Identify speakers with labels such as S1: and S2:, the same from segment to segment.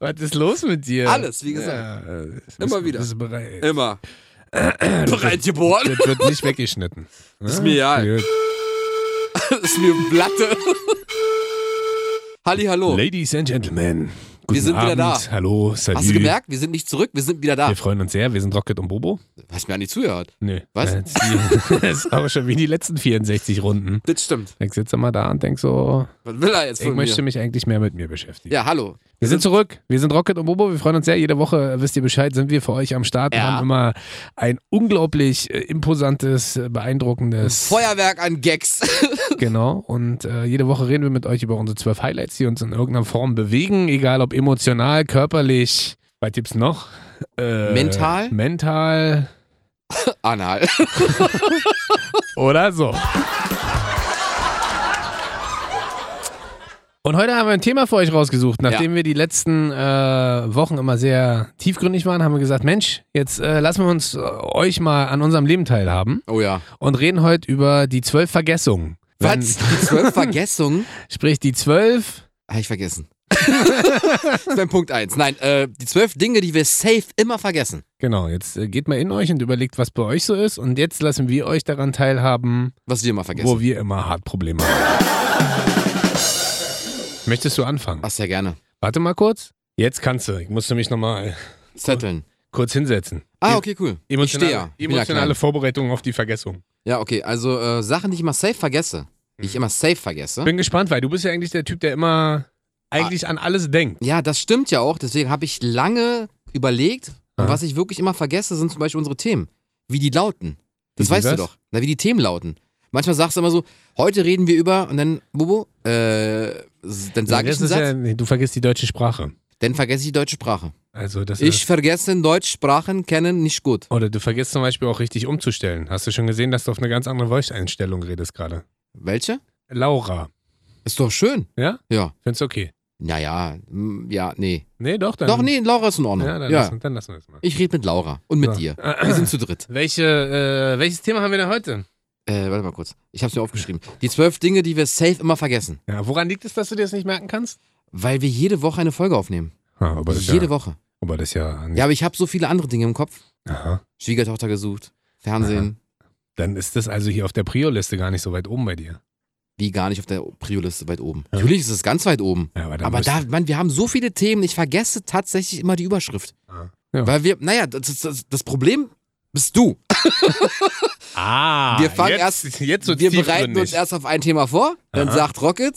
S1: Was ist los mit dir?
S2: Alles, wie gesagt.
S1: Ja, Äh, das
S2: Immer
S1: ist,
S2: wieder.
S1: Bist du bereit.
S2: Immer.
S1: Äh,
S2: Bereit geboren.
S1: Das wird nicht weggeschnitten.
S2: Ist mir egal.
S1: Gut.
S2: Das ist mir Blatte. Halli, hallo.
S1: Ladies and Gentlemen, guten
S2: sind wieder
S1: Abend.
S2: da.
S1: Hallo, salut.
S2: Hast du gemerkt? Wir sind nicht zurück, wir sind wieder da.
S1: Wir freuen uns sehr. Wir sind Rocket und Bobo.
S2: Hast mir auch nicht zugehört.
S1: Nö.
S2: Was?
S1: Äh, die- Das ist aber schon wie die letzten 64 Runden.
S2: Das stimmt.
S1: Ich sitze immer da und denke so,
S2: Was will er jetzt
S1: ich
S2: von
S1: möchte
S2: mir?
S1: mich eigentlich mehr mit mir beschäftigen.
S2: Ja, hallo.
S1: Wir sind zurück. Wir sind Rocket und Bobo. Wir freuen uns sehr. Jede Woche, äh, wisst ihr Bescheid, sind wir für euch am Start. Wir
S2: Ja.
S1: haben immer ein unglaublich äh, imposantes, äh, beeindruckendes.
S2: Feuerwerk an Gags.
S1: Genau. Und äh, jede Woche reden wir mit euch über unsere zwölf Highlights, die uns in irgendeiner Form bewegen, egal ob emotional, körperlich. Was gibt's noch? Äh,
S2: Mental?
S1: Mental
S2: Anal.
S1: oder so. Und heute haben wir ein Thema für euch rausgesucht. Nachdem wir die letzten äh, Wochen immer sehr tiefgründig waren, haben wir gesagt, Mensch, jetzt äh, lassen wir uns äh, euch mal an unserem Leben teilhaben
S2: Oh ja.
S1: und reden heute über die zwölf Vergessungen. Wenn-
S2: Was? Die zwölf Vergessungen?
S1: Sprich, die zwölf
S2: Habe ich vergessen. das ist mein Punkt eins. Nein, äh, die zwölf Dinge, die wir safe immer vergessen.
S1: Genau, jetzt äh, geht mal in euch und überlegt, was bei euch so ist. Und jetzt lassen wir euch daran teilhaben,
S2: Was wir immer vergessen.
S1: wo wir immer hart Probleme haben. Möchtest du anfangen?
S2: Ach, sehr gerne.
S1: Warte mal kurz. Jetzt kannst du. Ich muss nämlich nochmal
S2: Zetteln.
S1: kurz hinsetzen.
S2: Ah, okay, cool. ich stehe
S1: Emotionale,
S2: ja. Ich bin ja
S1: emotionale
S2: klein.
S1: Vorbereitung auf die Vergessung.
S2: Ja, okay, also äh, Sachen, die ich immer safe vergesse. Die ich immer safe vergesse.
S1: Mhm. Bin gespannt, weil du bist ja eigentlich der Typ, der immer
S2: Ah.
S1: eigentlich an alles denkt.
S2: Ja, das stimmt ja auch. Deswegen habe ich lange überlegt. Und
S1: Aha.
S2: was ich wirklich immer vergesse, sind zum Beispiel unsere Themen. Wie die lauten.
S1: Wie
S2: Das
S1: die
S2: weißt du
S1: was?
S2: doch. Na, wie die Themen lauten. Manchmal sagst du immer so, heute reden wir über, und dann, Bubu, äh, s- dann sage ich
S1: das
S2: einen
S1: ist
S2: Satz,
S1: ja, nee, du vergisst die deutsche Sprache.
S2: dann vergesse ich die deutsche Sprache.
S1: Also das
S2: Ich
S1: Ist,
S2: vergesse Deutsch, Sprachen kennen nicht gut.
S1: oder du vergisst zum Beispiel auch richtig umzustellen. Hast du schon gesehen, dass du auf eine ganz andere Voice-Einstellung redest gerade?
S2: Welche?
S1: Laura.
S2: Ist doch schön.
S1: Ja?
S2: Ja.
S1: Findest du okay?
S2: Naja, mm, ja, nee.
S1: Nee, doch, dann.
S2: Doch, nee, Laura ist in Ordnung.
S1: Ja,
S2: Ja,
S1: dann, Lassen, dann lassen wir es mal.
S2: Ich rede mit Laura und mit
S1: So.
S2: dir. Wir sind zu dritt.
S1: Welche, äh, welches Thema haben wir denn heute?
S2: Äh, warte mal kurz. Ich hab's mir aufgeschrieben. Die zwölf Dinge, die wir safe immer vergessen.
S1: Ja, woran liegt es, dass du dir das nicht merken kannst?
S2: Weil wir jede Woche eine Folge aufnehmen.
S1: Ja, Ah, aber,
S2: Jede Woche.
S1: aber das ja.
S2: Ja, aber ich habe so viele andere Dinge im Kopf.
S1: Aha.
S2: Schwiegertochter gesucht, Fernsehen,
S1: Dann ist das also hier auf der Prio-Liste gar nicht so weit oben bei dir.
S2: wie gar nicht auf der Prio-Liste weit oben. Natürlich ist es ganz weit oben.
S1: Ja, aber, dann
S2: Aber
S1: müsst-
S2: da, Mann, wir haben so viele Themen, ich vergesse tatsächlich immer die Überschrift.
S1: Ah. Ja.
S2: Weil wir, naja, das, ist- das, das Problem bist du.
S1: Ah,
S2: wir fangen
S1: jetzt,
S2: erst-
S1: Jetzt wird's
S2: wir bereiten
S1: tiefgründig.
S2: uns erst auf ein Thema vor, dann
S1: Aha.
S2: sagt Rocket,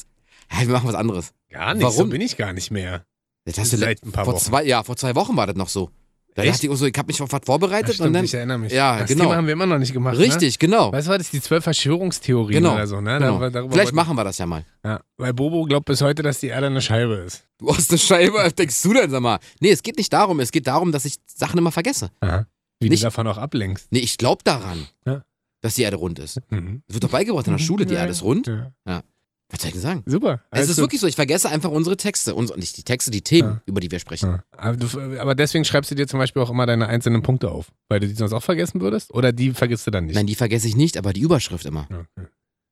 S2: ja, wir machen was anderes.
S1: Gar nicht, so
S2: Warum?
S1: bin ich gar nicht mehr.
S2: Das hast du le-
S1: Seit ein paar
S2: vor
S1: Wochen.
S2: zwei, ja, vor zwei Wochen war das noch so. Da
S1: Echt?
S2: dachte ich, auch so, ich habe mich auf was vorbereitet
S1: Ja, stimmt,
S2: und dann.
S1: ich erinnere mich.
S2: Ja,
S1: das
S2: genau.
S1: Thema haben wir immer noch nicht gemacht.
S2: richtig, genau.
S1: Ne? Weißt du, das die zwölf Verschwörungstheorien
S2: Genau,
S1: oder so, ne?
S2: genau.
S1: Darüber- darüber
S2: Vielleicht
S1: wollten-
S2: machen wir das ja mal.
S1: Ja, weil Bobo glaubt bis heute, dass die Erde eine Scheibe ist.
S2: Du hast eine Scheibe, was denkst du denn, sag mal? Nee, es geht nicht darum, es geht darum, dass ich Sachen immer vergesse.
S1: Aha. Wie
S2: Nicht-
S1: du davon auch ablenkst.
S2: Nee, ich glaube daran,
S1: Ja.
S2: dass die Erde rund ist.
S1: Mhm.
S2: Es wird doch beigebracht in der Schule, die
S1: Ja,
S2: Erde ist rund.
S1: Ja.
S2: Was soll ich denn sagen?
S1: Super.
S2: es ist
S1: Also-
S2: wirklich so, ich vergesse einfach unsere Texte. Uns, nicht die Texte, die Themen,
S1: Ja.
S2: über die wir sprechen.
S1: Ja. Aber, du, aber deswegen schreibst du dir zum Beispiel auch immer deine einzelnen Punkte auf, weil du die sonst auch vergessen würdest? Oder die vergisst du dann nicht?
S2: Nein, die vergesse ich nicht, aber die Überschrift immer.
S1: Ja.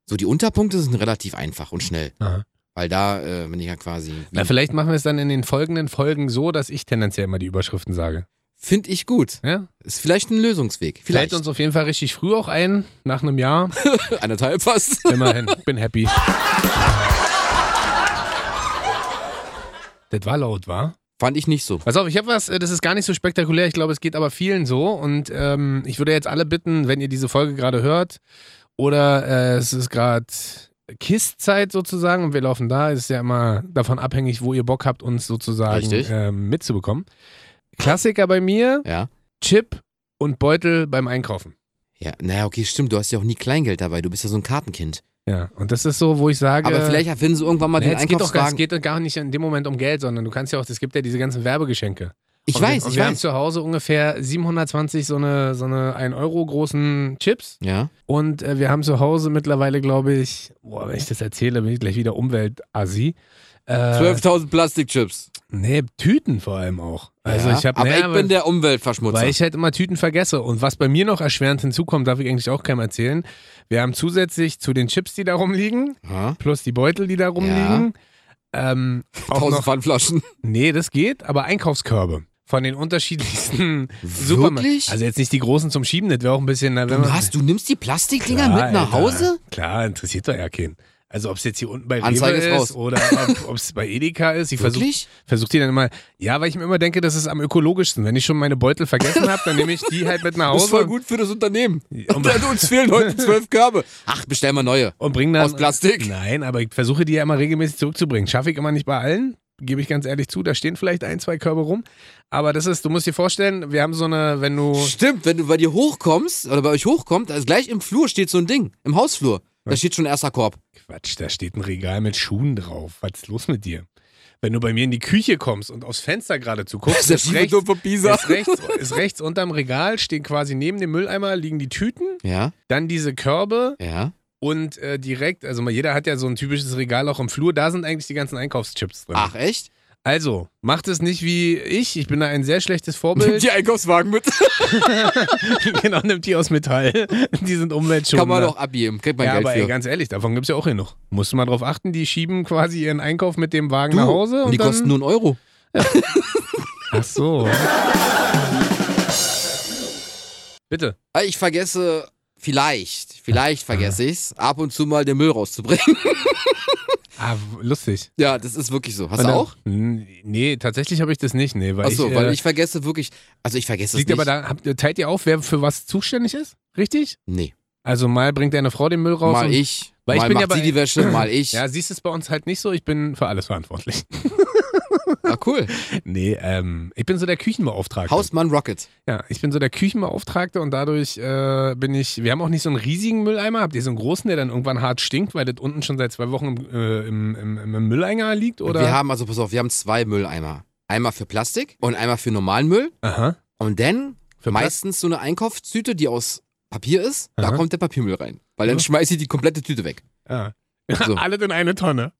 S2: So, die Unterpunkte sind relativ einfach und schnell.
S1: Aha.
S2: Weil da äh, bin ich ja quasi.
S1: Na, vielleicht machen wir es dann in den folgenden Folgen so, dass ich tendenziell immer die Überschriften sage.
S2: Finde ich gut.
S1: Ja?
S2: Ist vielleicht ein Lösungsweg. Vielleicht.
S1: Vielleicht uns auf jeden Fall richtig früh auch ein, nach einem Jahr.
S2: Anderthalb fast.
S1: Immerhin, ich bin happy. Das war laut, war?
S2: Fand ich nicht so.
S1: Pass auf, ich habe was, äh, das ist gar nicht so spektakulär. Ich glaube, es geht aber vielen so. Und ähm, ich würde jetzt alle bitten, wenn ihr diese Folge gerade hört oder äh, es ist gerade Kisszeit sozusagen und wir laufen da, ist ja immer davon abhängig, wo ihr Bock habt, uns sozusagen
S2: Richtig.
S1: ähm, mitzubekommen. Klassiker bei mir,
S2: Ja.
S1: Chip und Beutel beim Einkaufen.
S2: Ja, naja, okay, stimmt. Du hast ja auch nie Kleingeld dabei. Du bist ja so ein Kartenkind.
S1: Ja, und das ist so, wo ich sage...
S2: Aber vielleicht finden sie irgendwann mal
S1: Naja,
S2: den
S1: es geht doch gar, es
S2: Einkaufswagen.
S1: geht doch gar nicht in dem Moment um Geld, sondern du kannst ja auch, es gibt ja diese ganzen Werbegeschenke.
S2: ich
S1: Und wir-
S2: weiß,
S1: und
S2: ich
S1: wir haben
S2: weiß.
S1: zu Hause ungefähr 720 so eine, so eine 1 Euro großen Chips.
S2: Ja.
S1: Und äh, wir haben zu Hause mittlerweile, glaube ich, boah, wenn ich das erzähle, bin ich gleich wieder Umweltasi. Äh,
S2: 12.000 Plastikchips.
S1: nee, Tüten vor allem auch. Also
S2: ja.
S1: ich habe
S2: Aber ich bin der
S1: weil
S2: Umweltverschmutzer.
S1: ich halt immer Tüten vergesse. Und was bei mir noch erschwerend hinzukommt, darf ich eigentlich auch keinem erzählen. Wir haben zusätzlich zu den Chips, die da rumliegen,
S2: Ja.
S1: plus die Beutel, die da rumliegen, Ähm, auch
S2: 1000
S1: noch,
S2: Pfandflaschen.
S1: nee, das geht, aber Einkaufskörbe von den unterschiedlichsten Supermärkten.
S2: Wirklich?
S1: Also jetzt nicht die großen zum Schieben, das wäre auch ein bisschen. na, wenn
S2: Du,
S1: man-
S2: hast, du nimmst die Plastikdinger
S1: Klar,
S2: mit nach
S1: Alter.
S2: Hause?
S1: Klar, interessiert doch ja keinen. Also ob es jetzt hier unten bei
S2: Anzeige
S1: Rewe
S2: ist raus.
S1: ist oder ob es bei Edeka ist. Ich versuche
S2: Wirklich?
S1: versucht die dann immer, ja, weil ich mir immer denke, das ist am ökologischsten. Wenn ich schon meine Beutel vergessen habe, dann nehme ich die halt mit nach
S2: Das ist voll
S1: Hause
S2: gut für das Unternehmen.
S1: Und-
S2: Und uns fehlen heute zwölf Körbe. Ach, bestell mal neue.
S1: und bringe dann.
S2: Aus Plastik?
S1: Nein, aber ich versuche die ja immer regelmäßig zurückzubringen. Schaffe ich immer nicht bei allen, gebe ich ganz ehrlich zu. Da stehen vielleicht ein, zwei Körbe rum. Aber das ist, du musst dir vorstellen, wir haben so eine, wenn du.
S2: Stimmt, wenn du bei dir hochkommst oder bei euch hochkommt, also gleich im Flur steht so ein Ding, im Hausflur. Da steht schon erster Korb.
S1: Quatsch, da steht ein Regal mit Schuhen drauf. Was ist los mit dir? Wenn du bei mir in die Küche kommst und aufs Fenster geradezu guckst, ist rechts,
S2: Schiebedom von Pisa.
S1: ist, rechts, ist rechts unterm Regal, stehen quasi neben dem Mülleimer, liegen die Tüten,
S2: Ja,
S1: dann diese Körbe,
S2: ja.
S1: Und äh, direkt, also mal jeder hat ja so ein typisches Regal auch im Flur, da sind eigentlich die ganzen Einkaufschips drin.
S2: Ach, echt?
S1: Also, macht es nicht wie ich, ich bin da ein sehr schlechtes
S2: Nimm
S1: Vorbild.
S2: die Einkaufswagen mit.
S1: genau, nimmt die aus Metall. Die sind umweltschonender.
S2: Kann man doch abgeben, kriegt man
S1: ja, aber
S2: Geld
S1: ey,
S2: für.
S1: ganz ehrlich, davon gibt es ja auch genug. Musst du mal drauf achten, die schieben quasi ihren Einkauf mit dem Wagen
S2: Du,
S1: nach Hause.
S2: und die
S1: dann,
S2: kosten nur einen Euro.
S1: Ach so. Bitte.
S2: Ah, Ich vergesse, vielleicht, vielleicht vergesse ich's, ab und zu mal den Müll rauszubringen.
S1: Ah, w- lustig.
S2: Ja, das ist wirklich so. Hast
S1: Und
S2: du
S1: dann-
S2: auch?
S1: N- Nee, tatsächlich habe ich das nicht. Nee, weil
S2: Achso,
S1: ich,
S2: weil
S1: äh,
S2: ich vergesse wirklich, also ich vergesse
S1: Liegt
S2: es nicht.
S1: aber da, habt, teilt ihr auf, wer für was zuständig ist? Richtig?
S2: nee,
S1: Also mal bringt deine Frau den Müll raus.
S2: mal
S1: und,
S2: ich,
S1: Weil ich
S2: mal
S1: bin ja
S2: macht
S1: bei-
S2: sie die Wäsche, mal ich.
S1: Ja, siehst du es bei uns halt nicht so. Ich bin für alles verantwortlich.
S2: Ah, cool.
S1: nee, ähm, ich bin so der Küchenbeauftragte.
S2: Hausmann Rocket.
S1: Ja, ich bin so der Küchenbeauftragte und dadurch äh, bin ich. Wir haben auch nicht so einen riesigen Mülleimer. Habt ihr so einen großen, der dann irgendwann hart stinkt, weil das unten schon seit zwei Wochen im, äh, im, im, im Mülleimer liegt? Oder?
S2: Wir haben also, pass auf, wir haben zwei Mülleimer. Einmal für Plastik und einmal für normalen Müll.
S1: Aha.
S2: Und dann
S1: Für Plastik?
S2: meistens so eine Einkaufstüte, die aus Papier ist. Da
S1: Aha.
S2: kommt der Papiermüll rein. Weil dann
S1: Ja.
S2: schmeißt sie die komplette Tüte weg.
S1: Ja.
S2: So.
S1: Alles in eine Tonne.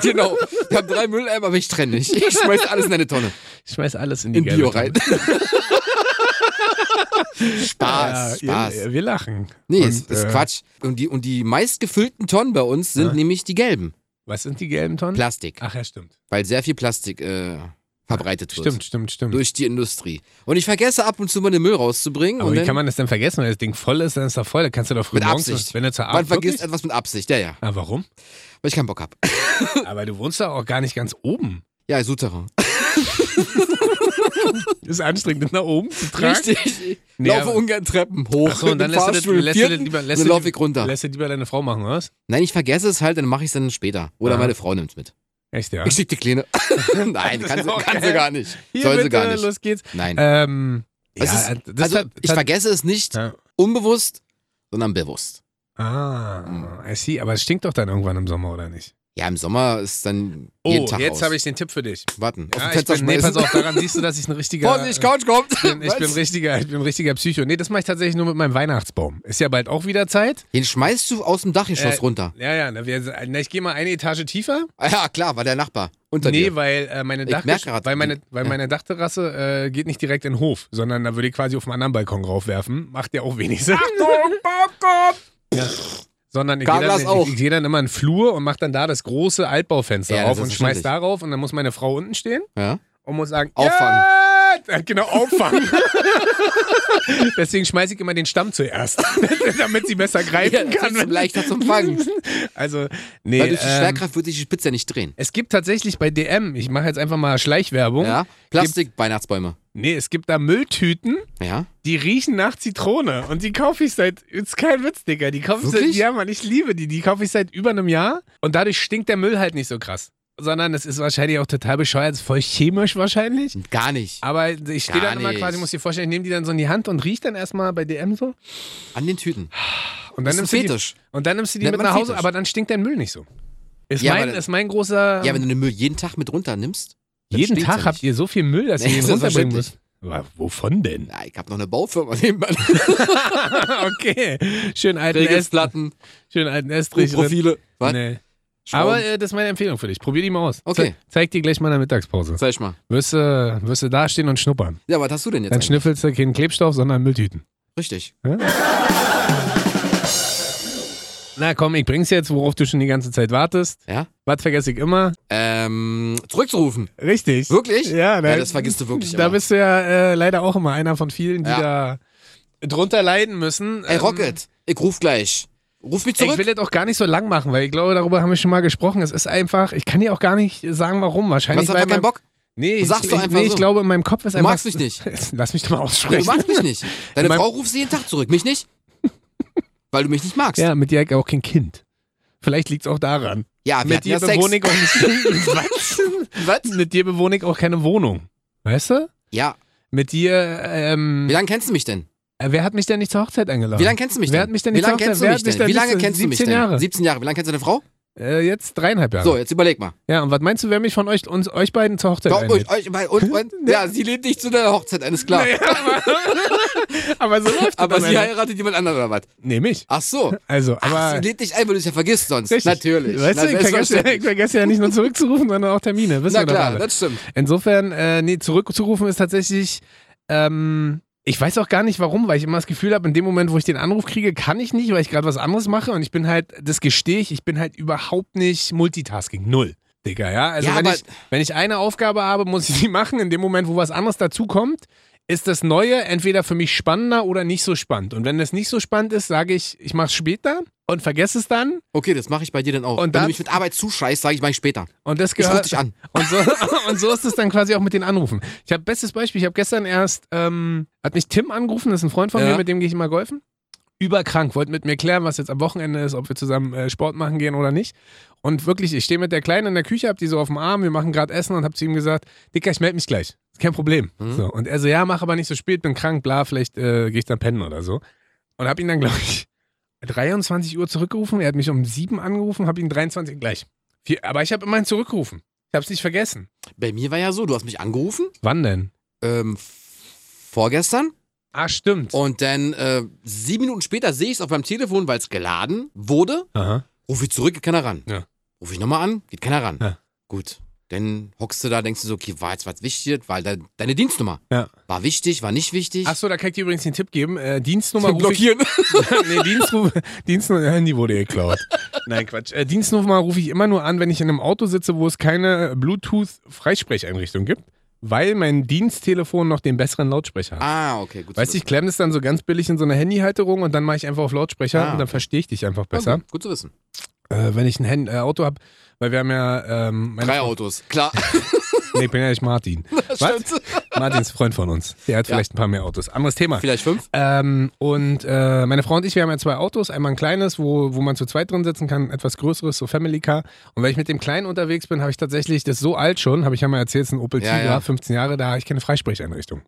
S2: genau. Ich habe drei Mülleimer, aber ich trenne nicht. Ich schmeiß alles in eine Tonne.
S1: Ich schmeiß alles in die
S2: In
S1: gelbe
S2: Bio
S1: Tonne.
S2: rein. Spaß,
S1: Ja,
S2: Spaß.
S1: ihr- Wir lachen.
S2: Nee,
S1: Und,
S2: es ist
S1: äh,
S2: Quatsch. Und die, und die meistgefüllten Tonnen bei uns sind
S1: Ja. Hm. Ah.
S2: nämlich die gelben.
S1: Was sind die gelben Tonnen?
S2: Plastik.
S1: Ach ja, stimmt.
S2: Weil sehr viel Plastik äh, verbreitet wird.
S1: Stimmt, Hm. stimmt, stimmt.
S2: Durch die Industrie. Und ich vergesse ab und zu mal den Müll rauszubringen.
S1: Aber
S2: und
S1: wie
S2: dann,
S1: kann man das denn vergessen? Wenn das Ding voll ist, dann ist er voll. Dann kannst du doch früh
S2: Mit
S1: morgens,
S2: Absicht.
S1: wenn du zur
S2: man
S1: Arbeit
S2: vergisst
S1: wirklich?
S2: etwas mit Absicht. Ja, ja.
S1: Ah, warum?
S2: Weil ich keinen Bock habe.
S1: Aber du wohnst ja auch gar nicht ganz oben.
S2: Ja, Souterrain.
S1: Ist anstrengend, das nach oben zu tragen.
S2: Richtig.
S1: Nee,
S2: laufe
S1: aber-
S2: ungern Treppen hoch.
S1: Achso, und dann
S2: mit
S1: lässt du, das,
S2: dem Fahrstuhl im
S1: lässt, du das
S2: vierten,
S1: lieber,
S2: und
S1: lässt,
S2: dann
S1: du
S2: laufe
S1: die-
S2: ich runter.
S1: lässt du lieber deine Frau machen, was?
S2: Nein, ich vergesse es halt, dann mache ich es dann später. Oder
S1: Ah.
S2: meine Frau nimmt es mit.
S1: Echt, ja?
S2: Ich schicke die Kleine. Nein,
S1: Das
S2: kann
S1: ist
S2: sie,
S1: auch
S2: kann sie
S1: geil.
S2: gar nicht.
S1: Hier,
S2: Soll
S1: bitte,
S2: sie gar nicht.
S1: los geht's.
S2: Nein.
S1: Ähm, ja,
S2: Es ist-
S1: das
S2: also,
S1: hat-
S2: ich
S1: hat-
S2: vergesse es nicht
S1: Ja.
S2: unbewusst, sondern bewusst.
S1: Ah, I see. Aber es stinkt doch dann irgendwann im Sommer, oder nicht?
S2: Ja, im Sommer ist dann jeden
S1: Oh,
S2: Tag
S1: jetzt
S2: raus.
S1: habe ich den Tipp für dich.
S2: Warten, auf
S1: Ja,
S2: dem
S1: ich
S2: Fenster
S1: bin, nee, pass
S2: schmeißen.
S1: auf, daran siehst du, dass ich ein richtiger...
S2: Vorsicht, Couch kommt.
S1: bin, ich, bin
S2: Was?
S1: richtiger, ich bin richtiger Psycho. Nee, das mache ich tatsächlich nur mit meinem Weihnachtsbaum. Ist ja bald auch wieder Zeit.
S2: Den schmeißt du aus dem Dachgeschoss
S1: Äh,
S2: runter.
S1: Ja, ja, na, wir, na, ich gehe mal eine Etage tiefer.
S2: Ah, ja, klar, war der Nachbar unter
S1: Nee,
S2: dir.
S1: weil, äh, meine,
S2: Ich
S1: Dach
S2: merk grad,
S1: weil, meine,
S2: die-
S1: weil
S2: ja.
S1: meine Dachterrasse äh, geht nicht direkt in den Hof, sondern da würde ich quasi auf einen anderen Balkon raufwerfen. Macht ja auch wenig Sinn.
S2: Achtung, Popcorn!
S1: Sondern ich gehe
S2: Karl
S1: dann,
S2: das auch.
S1: ich- ich geh dann immer in den Flur und mache dann da das große Altbaufenster
S2: Ja, das
S1: auf
S2: ist
S1: und schmeiß
S2: verständlich.
S1: darauf und dann muss meine Frau unten stehen
S2: Ja?
S1: und muss sagen,
S2: Auffangen.
S1: Ja! Ja, Genau, auffangen. Deswegen schmeiße ich immer den Stamm zuerst, damit sie besser
S2: Ja,
S1: greifen
S2: das
S1: kann.
S2: ist leichter zum Fangen.
S1: Also, nee.
S2: Weil durch die
S1: ähm,
S2: Schwerkraft wird sich die Spitze ja nicht drehen.
S1: Es gibt tatsächlich bei DM, ich mache jetzt einfach mal Schleichwerbung.
S2: Ja? Plastik, Weihnachtsbäume.
S1: Nee, es gibt da Mülltüten,
S2: Ja?
S1: die riechen nach Zitrone. Und die kaufe ich seit, ist kein Witz, Digga. Die kaufe ich seit,
S2: Wirklich?
S1: ja, Mann, ich liebe die. Die kaufe ich seit über einem Jahr. Und dadurch stinkt der Müll halt nicht so krass. Sondern es ist wahrscheinlich auch total bescheuert, ist voll chemisch wahrscheinlich.
S2: Gar nicht.
S1: Aber ich stehe
S2: Gar
S1: dann immer
S2: nicht.
S1: quasi, muss dir vorstellen, ich nehme die dann so in die Hand und riech dann erstmal bei DM so.
S2: An den Tüten.
S1: Und
S2: Das
S1: dann,
S2: ist ein
S1: nimmst du die,
S2: Fetisch.
S1: und dann nimmst du die
S2: Nennt
S1: mit
S2: man
S1: nach Hause,
S2: Fetisch.
S1: aber dann stinkt dein Müll nicht so. Ist,
S2: Ja,
S1: mein,
S2: aber-
S1: ist mein großer.
S2: Ja, wenn du den Müll jeden Tag mit runter nimmst. dann
S1: jeden
S2: stinkt's
S1: Tag
S2: ja
S1: habt
S2: nicht.
S1: ihr so viel Müll, dass ihr
S2: Nee,
S1: ihn
S2: das ist
S1: runterbringen müsst.
S2: verständlich.
S1: Wa- Wovon denn?
S2: Ja, ich hab noch eine Baufirma nebenan.
S1: okay. Schön alten, Est,
S2: Regelsplatten,
S1: schön alten Estrich. drin.
S2: Profile. Was?
S1: Nee.
S2: Schrauben.
S1: Aber äh, das ist meine Empfehlung für dich. Probier die mal aus.
S2: Okay.
S1: Ze zeig dir gleich mal in der Mittagspause.
S2: Zeig mal.
S1: Wirst du wirst du dastehen und schnuppern.
S2: Ja, was hast du denn jetzt?
S1: Dann
S2: eigentlich?
S1: schnüffelst du keinen Klebstoff, sondern Mülltüten.
S2: Richtig.
S1: Na komm, ich bring's jetzt, worauf du schon die ganze Zeit wartest.
S2: Ja?
S1: Was vergesse ich immer?
S2: Ähm, zurückzurufen.
S1: Richtig.
S2: Wirklich?
S1: Ja,
S2: Ja, das vergisst du wirklich
S1: Da
S2: immer.
S1: bist du ja äh, leider auch immer einer von vielen, die da
S2: Ja.
S1: drunter leiden müssen.
S2: Ey,
S1: Ähm,
S2: Rocket, ich ruf gleich. Ruf mich
S1: Ich
S2: zurück.
S1: will das auch gar nicht so lang machen, weil ich glaube, darüber haben wir schon mal gesprochen. Es ist einfach, ich kann dir auch gar nicht sagen, warum. Wahrscheinlich
S2: Was hat
S1: weil
S2: man keinen
S1: mein-
S2: Bock?
S1: Nee, ich,
S2: Sagst du
S1: ich,
S2: einfach
S1: nee, ich
S2: so.
S1: glaube, in meinem Kopf ist
S2: Du
S1: einfach.
S2: magst mich nicht.
S1: Lass mich doch mal
S2: Du
S1: aussprechen.
S2: magst mich nicht. Deine
S1: Mein-
S2: Frau ruft sie jeden Tag zurück, mich nicht. Weil du mich nicht magst.
S1: Ja, mit dir hab ich auch kein Kind. Vielleicht liegt's auch daran.
S2: Ja, Ah, wir
S1: mit
S2: hatten
S1: dir
S2: ja Sex.
S1: bewohne ich auch Was?
S2: Was?
S1: Mit dir bewohne ich auch keine Wohnung. Weißt du?
S2: Ja,
S1: Mit dir, ähm,
S2: wie lange kennst du mich denn?
S1: äh, wer hat mich denn nicht zur Hochzeit eingeladen?
S2: Wie lange kennst du mich
S1: Ähm, Wer
S2: denn?
S1: hat mich denn
S2: wie
S1: nicht
S2: lange
S1: gesagt?
S2: kennst du
S1: Wer
S2: mich
S1: hat mich
S2: denn?
S1: denn
S2: Wie
S1: nicht
S2: lange
S1: so-
S2: kennst du mich
S1: 17
S2: denn?
S1: Jahre.
S2: 17 Jahre. Wie lange kennst du deine Frau?
S1: Äh, jetzt dreieinhalb Jahre.
S2: So, jetzt überleg mal.
S1: Ja, und was meinst du, wer mich von euch, uns, euch beiden zur Hochzeit
S2: Doch,
S1: einlädt?
S2: und, euch- bei- und, und,
S1: ne.
S2: ja, sie lädt dich zu der Hochzeit, alles klar.
S1: aber so läuft
S2: aber
S1: das. halt.
S2: sie heiratet jemand anderen oder was?
S1: Nee, mich.
S2: Ach so.
S1: Also, aber.
S2: Ach, sie lädt dich ein, weil du es ja vergisst sonst.
S1: Richtig.
S2: Natürlich.
S1: Weißt
S2: Na,
S1: du, ich vergesse, ja- ich
S2: selbstverständlich.
S1: vergesse ja nicht nur zurückzurufen, sondern auch Termine. Wissen
S2: Na
S1: wir doch
S2: klar, ne?
S1: alle.
S2: das stimmt.
S1: Insofern, äh, nee, zurückzurufen ist tatsächlich. Ähm, ich weiß auch gar nicht warum, weil ich immer das Gefühl habe, in dem Moment, wo ich den Anruf kriege, kann ich nicht, weil ich gerade was anderes mache und ich bin halt, das gestehe ich, ich bin halt überhaupt nicht Multitasking. Null. Digga, ja. Also
S2: Ja,
S1: wenn,
S2: aber-
S1: ich, wenn ich eine Aufgabe habe, muss ich die machen. In dem Moment, wo was anderes dazukommt, ist das Neue entweder für mich spannender oder nicht so spannend. Und wenn das nicht so spannend ist, sage ich, ich mach's später und vergesse es dann.
S2: Okay, das mache ich bei dir dann auch.
S1: Und
S2: wenn
S1: dann-
S2: du mich mit Arbeit zuscheißt, sage ich mal später.
S1: Und das
S2: Ich ruf
S1: gehört.
S2: dich an.
S1: Und so, und so ist es dann quasi auch mit den Anrufen. Ich habe bestes Beispiel, ich habe gestern erst, ähm, hat mich Tim angerufen, das ist ein Freund von
S2: Ja.
S1: mir, mit dem gehe ich immer golfen. Überkrank, wollte mit mir klären, was jetzt am Wochenende ist, ob wir zusammen äh, Sport machen gehen oder nicht. Und wirklich, ich stehe mit der Kleinen in der Küche, hab die so auf dem Arm, wir machen gerade Essen und hab zu ihm gesagt, Dicker, ich melde mich gleich. Ist kein Problem.
S2: Mhm.
S1: So, und er so, ja, mach aber nicht so spät, bin krank, bla, vielleicht äh, gehe ich dann pennen oder so. Und hab ihn dann, glaube ich, 23 Uhr zurückgerufen. Er hat mich um 7 angerufen, hab ihn 23 gleich. Vier, aber ich habe immerhin zurückgerufen. Ich hab's nicht vergessen.
S2: Bei mir war ja so, du hast mich angerufen,
S1: Wann denn?
S2: ähm, vorgestern.
S1: Ah, stimmt.
S2: Und dann äh, sieben Minuten später sehe ich es auf meinem Telefon, weil es geladen wurde.
S1: Aha.
S2: Ruf ich zurück, geht keiner ran.
S1: Ja.
S2: Ruf ich nochmal an, geht keiner ran.
S1: Ja.
S2: Gut. Dann hockst du da, denkst du so, okay, war jetzt was wichtig, weil de deine Dienstnummer
S1: Ja.
S2: war wichtig, war nicht wichtig.
S1: Achso, da kann ich dir übrigens den Tipp geben. Äh, Dienstnummer rufe ich.
S2: blockieren.
S1: nee, Dienstruf, Dienstnummer, Handy wurde geklaut. Nein, Quatsch. Äh, Dienstnummer rufe ich immer nur an, wenn ich in einem Auto sitze, wo es keine Bluetooth-Freisprecheinrichtung gibt, weil mein Diensttelefon noch den besseren Lautsprecher hat.
S2: Ah, okay, gut. zu
S1: Weißt du, ich
S2: wissen.
S1: klemme das dann so ganz billig in so eine Handyhalterung und dann mache ich einfach auf Lautsprecher
S2: Ah,
S1: und dann verstehe ich dich einfach besser.
S2: Gut, gut zu wissen.
S1: Äh, wenn ich ein Hand, äh, Auto habe, weil wir haben ja ähm, meine
S2: Drei Autos, klar.
S1: Nee, ich bin ja nicht Martin. Was?
S2: Stimmt.
S1: Martin ist ein Freund von uns. Der hat
S2: Ja.
S1: vielleicht ein paar mehr Autos. Anderes Thema.
S2: Vielleicht fünf?
S1: Ähm, und äh, meine Frau und ich, wir haben ja zwei Autos. Einmal ein kleines, wo, wo man zu zweit drin sitzen kann, etwas größeres, so Family Car. Und wenn ich mit dem Kleinen unterwegs bin, habe ich tatsächlich, das ist so alt schon, habe ich ja mal erzählt, es ist ein Opel
S2: Ja,
S1: Tigra,
S2: ja.
S1: 15 Jahre, da habe ich keine Freisprecheinrichtung.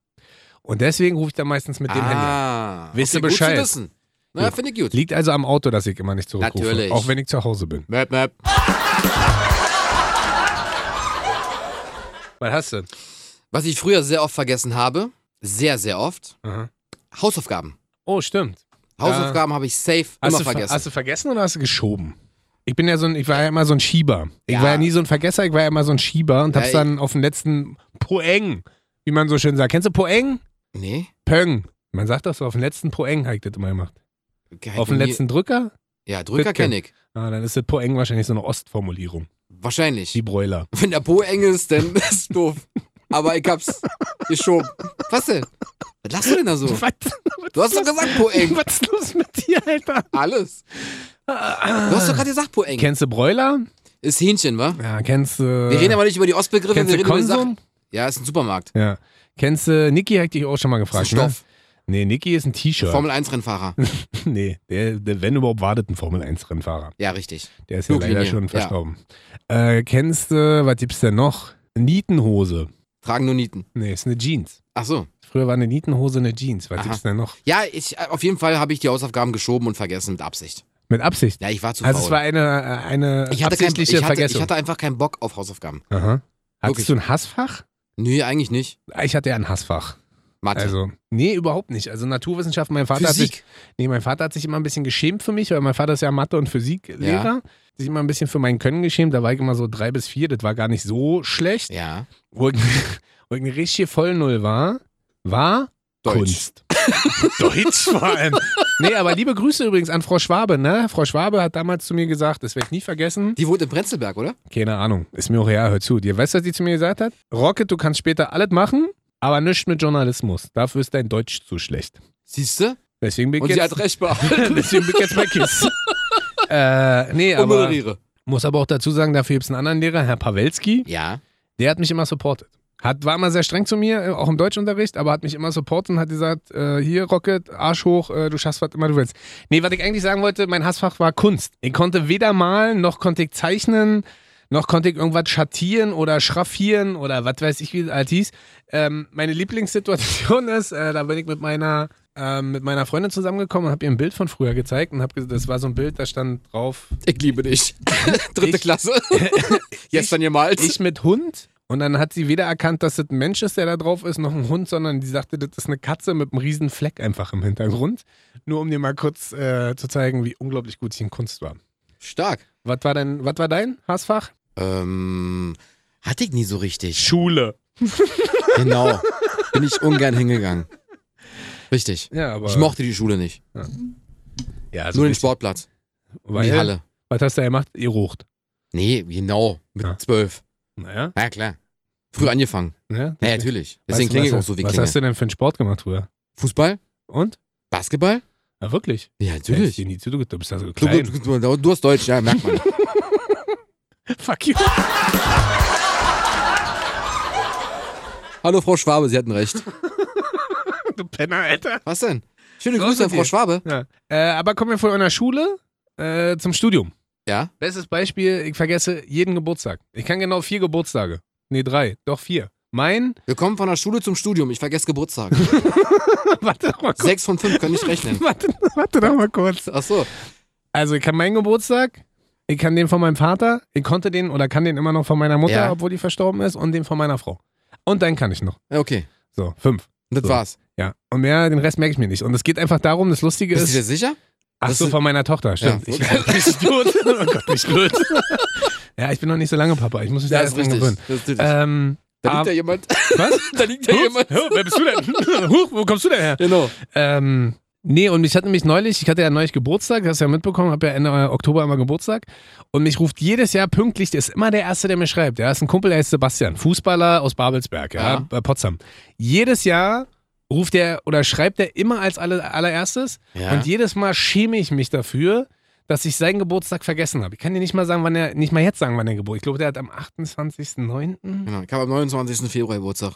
S1: Und deswegen rufe ich dann meistens mit dem Handy. an.
S2: ah,
S1: Wisst ihr
S2: okay,
S1: Bescheid?
S2: Gut zu wissen. Na,
S1: Ja.
S2: finde ich gut.
S1: Liegt also am Auto, dass ich immer nicht zurückrufe.
S2: Natürlich.
S1: Auch wenn ich zu Hause bin.
S2: Map, map.
S1: Was hast du?
S2: Was ich früher sehr oft vergessen habe, sehr, sehr oft,
S1: Aha.
S2: Hausaufgaben.
S1: Oh, stimmt.
S2: Hausaufgaben habe ich safe
S1: Hast
S2: immer
S1: du ver-
S2: vergessen.
S1: Hast du vergessen oder hast du geschoben? Ich bin ja so ein, ich war ja immer so ein Schieber. Ich
S2: Ja.
S1: war ja nie so ein Vergesser, ich war ja immer so ein Schieber und
S2: Ja,
S1: hab's
S2: ich-
S1: dann auf den letzten Poeng, wie man so schön sagt. Kennst du Poeng?
S2: nee?
S1: Pöng. Man sagt das so, auf den letzten Poeng habe ich das immer gemacht.
S2: Okay,
S1: auf den
S2: nie-
S1: letzten Drücker?
S2: Ja, Drücker
S1: Bitte.
S2: kenne ich.
S1: Ah, dann ist das Poeng wahrscheinlich so eine Ostformulierung.
S2: Wahrscheinlich.
S1: Die Broiler.
S2: Wenn der Po eng ist, dann ist doof. Aber ich hab's geschoben. Was denn? Was lachst du denn da so?
S1: Was?
S2: Du hast doch gesagt Po eng.
S1: Was ist los mit dir, Alter?
S2: Alles. Du hast doch gerade gesagt Po eng.
S1: Kennst du Broiler?
S2: Ist Hähnchen, wa?
S1: Ja, kennst du.
S2: Wir reden aber nicht über die Ostbegriffe,
S1: kennst
S2: wir
S1: du
S2: reden über die
S1: Konsum?
S2: Sachen. Ja, ist ein Supermarkt.
S1: Ja. Kennst du, Niki hat dich auch schon mal gefragt,
S2: Ist ein Stoff.
S1: ne? Nee, Niki ist ein T-Shirt.
S2: Formel 1 Rennfahrer.
S1: Nee, der, der, wenn überhaupt, wartet ein Formel-1-Rennfahrer.
S2: Ja, richtig.
S1: Der ist ja
S2: Fluglinie,
S1: leider schon
S2: ja.
S1: verstorben. Äh, kennst du, was gibt's denn noch? Nietenhose.
S2: Tragen nur Nieten.
S1: Nee, ist eine Jeans.
S2: Ach so.
S1: Früher war eine Nietenhose eine Jeans. Was
S2: Aha.
S1: gibt's denn noch?
S2: Ja, ich, äh, auf jeden Fall habe ich die Hausaufgaben geschoben und vergessen mit Absicht.
S1: Mit Absicht.
S2: Ja, ich war zu
S1: also es
S2: faul.
S1: war eine, eine
S2: ich hatte kein-
S1: absichtliche
S2: ich hatte, ich
S1: Vergessung.
S2: hatte einfach keinen Bock auf Hausaufgaben.
S1: Aha. Hattest
S2: Wirklich.
S1: du ein Hassfach? Ah,
S2: Nee, eigentlich nicht.
S1: Ich hatte ja ein Hassfach.
S2: Mathe.
S1: Also, nee, überhaupt nicht. Also Naturwissenschaften, mein Vater hat sich
S2: Physik.
S1: Nee, mein Vater hat sich immer ein bisschen geschämt für mich, weil mein Vater ist ja Mathe- und Physiklehrer.
S2: Ja.
S1: Sich immer ein bisschen für mein Können geschämt. Da war ich immer so drei bis vier. Das war gar nicht so schlecht.
S2: Ja.
S1: Wo, ich, wo ich eine richtige Vollnull war, war
S2: Deutsch.
S1: Kunst. Deutsch vor allem. Nee, aber liebe Grüße übrigens an Frau Schwabe, ne? Frau Schwabe hat damals zu mir gesagt, das werde ich nie vergessen.
S2: Die wohnt in Prenzlberg, oder?
S1: Keine Ahnung, ist mir auch real, hör zu. Dir weißt, was die zu mir gesagt hat? Rocket, du kannst später alles machen, aber nichts mit Journalismus. Dafür ist dein Deutsch zu schlecht.
S2: Siehst du?
S1: Deswegen bin
S2: Und
S1: ich
S2: sie
S1: jetzt,
S2: hat recht behalten.
S1: deswegen bin ich jetzt bei KISS. äh, nee,
S2: Und
S1: aber
S2: moderiere.
S1: muss aber auch dazu sagen, dafür gibt es einen anderen Lehrer, Herr Pawelski.
S2: Ja.
S1: Der hat mich immer supportet. Hat, war immer sehr streng zu mir, äh, auch im Deutschunterricht, aber hat mich immer supportet und hat gesagt, äh, hier Rocket, Arsch hoch, äh, du schaffst, was immer du willst. Nee, was ich eigentlich sagen wollte, mein Hassfach war Kunst. Ich konnte weder malen, noch konnte ich zeichnen, noch konnte ich irgendwas schattieren oder schraffieren oder was weiß ich, wie das alles hieß. Ähm, meine Lieblingssituation ist, äh, da bin ich mit meiner, ähm, mit meiner Freundin zusammengekommen und habe ihr ein Bild von früher gezeigt und habe das war so ein Bild, da stand drauf,
S2: Ich liebe dich. Dritte
S1: Ich-
S2: Klasse. Jetzt dann gemalt.
S1: ich mit Hund. Und dann hat sie weder erkannt, dass das ein Mensch ist, der da drauf ist, noch ein Hund, sondern die sagte, das ist eine Katze mit einem riesen Fleck einfach im Hintergrund. Nur um dir mal kurz äh, zu zeigen, wie unglaublich gut ich in Kunst war.
S2: Stark.
S1: Was war dein, was war dein Hassfach?
S2: Ähm, hatte ich nie so richtig.
S1: Schule.
S2: Genau. Bin ich ungern hingegangen. Richtig.
S1: Ja, aber.
S2: Ich mochte die Schule nicht.
S1: ja, also
S2: Nur den
S1: nicht-
S2: Sportplatz. Und
S1: weil,
S2: die Halle.
S1: Was hast du da gemacht? Ihr rucht.
S2: Nee, genau.
S1: Ja.
S2: Mit zwölf.
S1: Naja.
S2: Ja. klar. Früh angefangen.
S1: Ne?
S2: Ja, natürlich.
S1: Weißt
S2: Deswegen
S1: du,
S2: klinge ich
S1: was-
S2: auch so wie
S1: Was
S2: klinge.
S1: hast du denn für einen Sport gemacht früher?
S2: Fußball?
S1: Und?
S2: Basketball?
S1: Ja, wirklich?
S2: Ja,
S1: Hätte ich
S2: natürlich.
S1: dir nie zugehört. Du bist da so
S2: Du,
S1: klein.
S2: du, du, du hast Deutsch, ja, merkt man.
S1: Fuck you.
S2: Hallo Frau Schwabe, Sie hatten recht.
S1: Du Penner, Alter.
S2: Was denn? Schöne
S1: So
S2: Grüße
S1: sind
S2: an Frau
S1: wir.
S2: Schwabe.
S1: Ja. Äh, aber kommen wir von einer Schule äh, zum Studium.
S2: Ja?
S1: Bestes Beispiel, ich vergesse jeden Geburtstag. Ich kann genau vier Geburtstage. Nee, drei. Doch vier. Mein,
S2: Wir kommen von der Schule zum Studium. Ich vergesse Geburtstag.
S1: warte doch mal kurz.
S2: Sechs von fünf können nicht rechnen.
S1: Warte, warte doch mal kurz.
S2: Ach so.
S1: Also ich kann meinen Geburtstag, ich kann den von meinem Vater, ich konnte den oder kann den immer noch von meiner Mutter,
S2: Ja.
S1: obwohl die verstorben ist, und den von meiner Frau. Und dann kann ich noch.
S2: Ja, Okay.
S1: So, fünf.
S2: Und das
S1: So.
S2: war's.
S1: Ja. Und mehr, den Rest merke ich mir nicht. Und es geht einfach darum, das Lustige
S2: Bist du
S1: ist.
S2: dir sicher?
S1: Ach
S2: Das
S1: so,
S2: ist-
S1: von meiner Tochter, stimmt.
S2: Ja,
S1: Ich nicht blöd. Oh Gott, nicht blöd. ja, ich bin noch nicht so lange Papa. Ich muss mich da erst dran gewöhnen.
S2: Das ist richtig.
S1: Ähm,
S2: da liegt
S1: ab-
S2: ja jemand.
S1: was?
S2: da liegt ja
S1: Huch,
S2: jemand.
S1: huch, wer bist du denn? Huch, wo kommst du denn her?
S2: Genau.
S1: Ähm, nee, und mich hat nämlich neulich, ich hatte ja neulich Geburtstag, hast du ja mitbekommen, habe ja Ende äh, Oktober immer Geburtstag. Und mich ruft jedes Jahr pünktlich, der ist immer der Erste, der mir schreibt. Der ist ein Kumpel, der heißt Sebastian, Fußballer aus Babelsberg, ja,
S2: Ja.
S1: bei Potsdam. Jedes Jahr ruft er oder schreibt er immer als alle, allererstes.
S2: Ja.
S1: Und jedes Mal schäme ich mich dafür, dass ich seinen Geburtstag vergessen habe. Ich kann dir nicht mal sagen, wann er, nicht mal jetzt sagen, wann er Geburtstag. Ich glaube, der hat am 28.09.
S2: Genau. Ich habe am 29. Februar Geburtstag.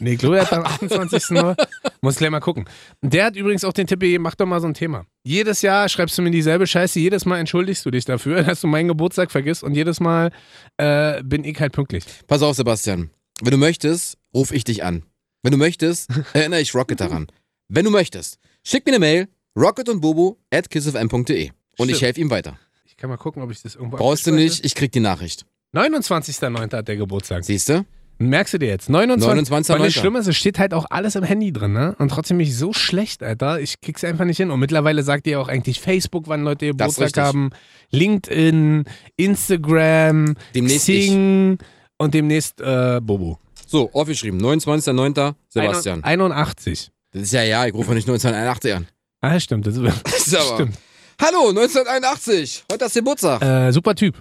S1: Nee, Gloria hat am 28. Mal. Muss gleich mal gucken. Der hat übrigens auch den Tipp gegeben, mach doch mal so ein Thema. Jedes Jahr schreibst du mir dieselbe Scheiße, jedes Mal entschuldigst du dich dafür, dass du meinen Geburtstag vergisst und jedes Mal äh, bin ich halt pünktlich.
S2: Pass auf, Sebastian. Wenn du möchtest, ruf ich dich an. Wenn du möchtest, erinnere ich Rocket daran. Wenn du möchtest, schick mir eine Mail rocket und bobo at kissfm.de und ich
S1: Stimmt.
S2: helfe ihm weiter.
S1: Ich kann mal gucken, ob ich das irgendwo
S2: Brauchst du
S1: abspeichere.
S2: nicht, ich krieg die Nachricht.
S1: 29.09. hat der Geburtstag.
S2: Siehst du?
S1: Merkst du dir jetzt? 29.
S2: 29.09..
S1: Weil das Schlimme ist, es steht halt auch alles im Handy drin, ne? Und trotzdem bin ich so schlecht, Alter. Ich krieg's einfach nicht hin. Und mittlerweile sagt ihr auch eigentlich Facebook, wann Leute ihr
S2: Das ist
S1: Geburtstag
S2: richtig.
S1: haben. LinkedIn, Instagram,
S2: Demnächst
S1: Xing und demnächst äh, Bobo.
S2: So, aufgeschrieben. 29.09. Sebastian.
S1: 81.
S2: Das ist ja ja, ich rufe nicht 1981 an.
S1: Ah, stimmt. Das ist,
S2: Das ist aber.
S1: stimmt.
S2: Hallo, 1981. Heute hast du Geburtstag.
S1: Äh, super Typ.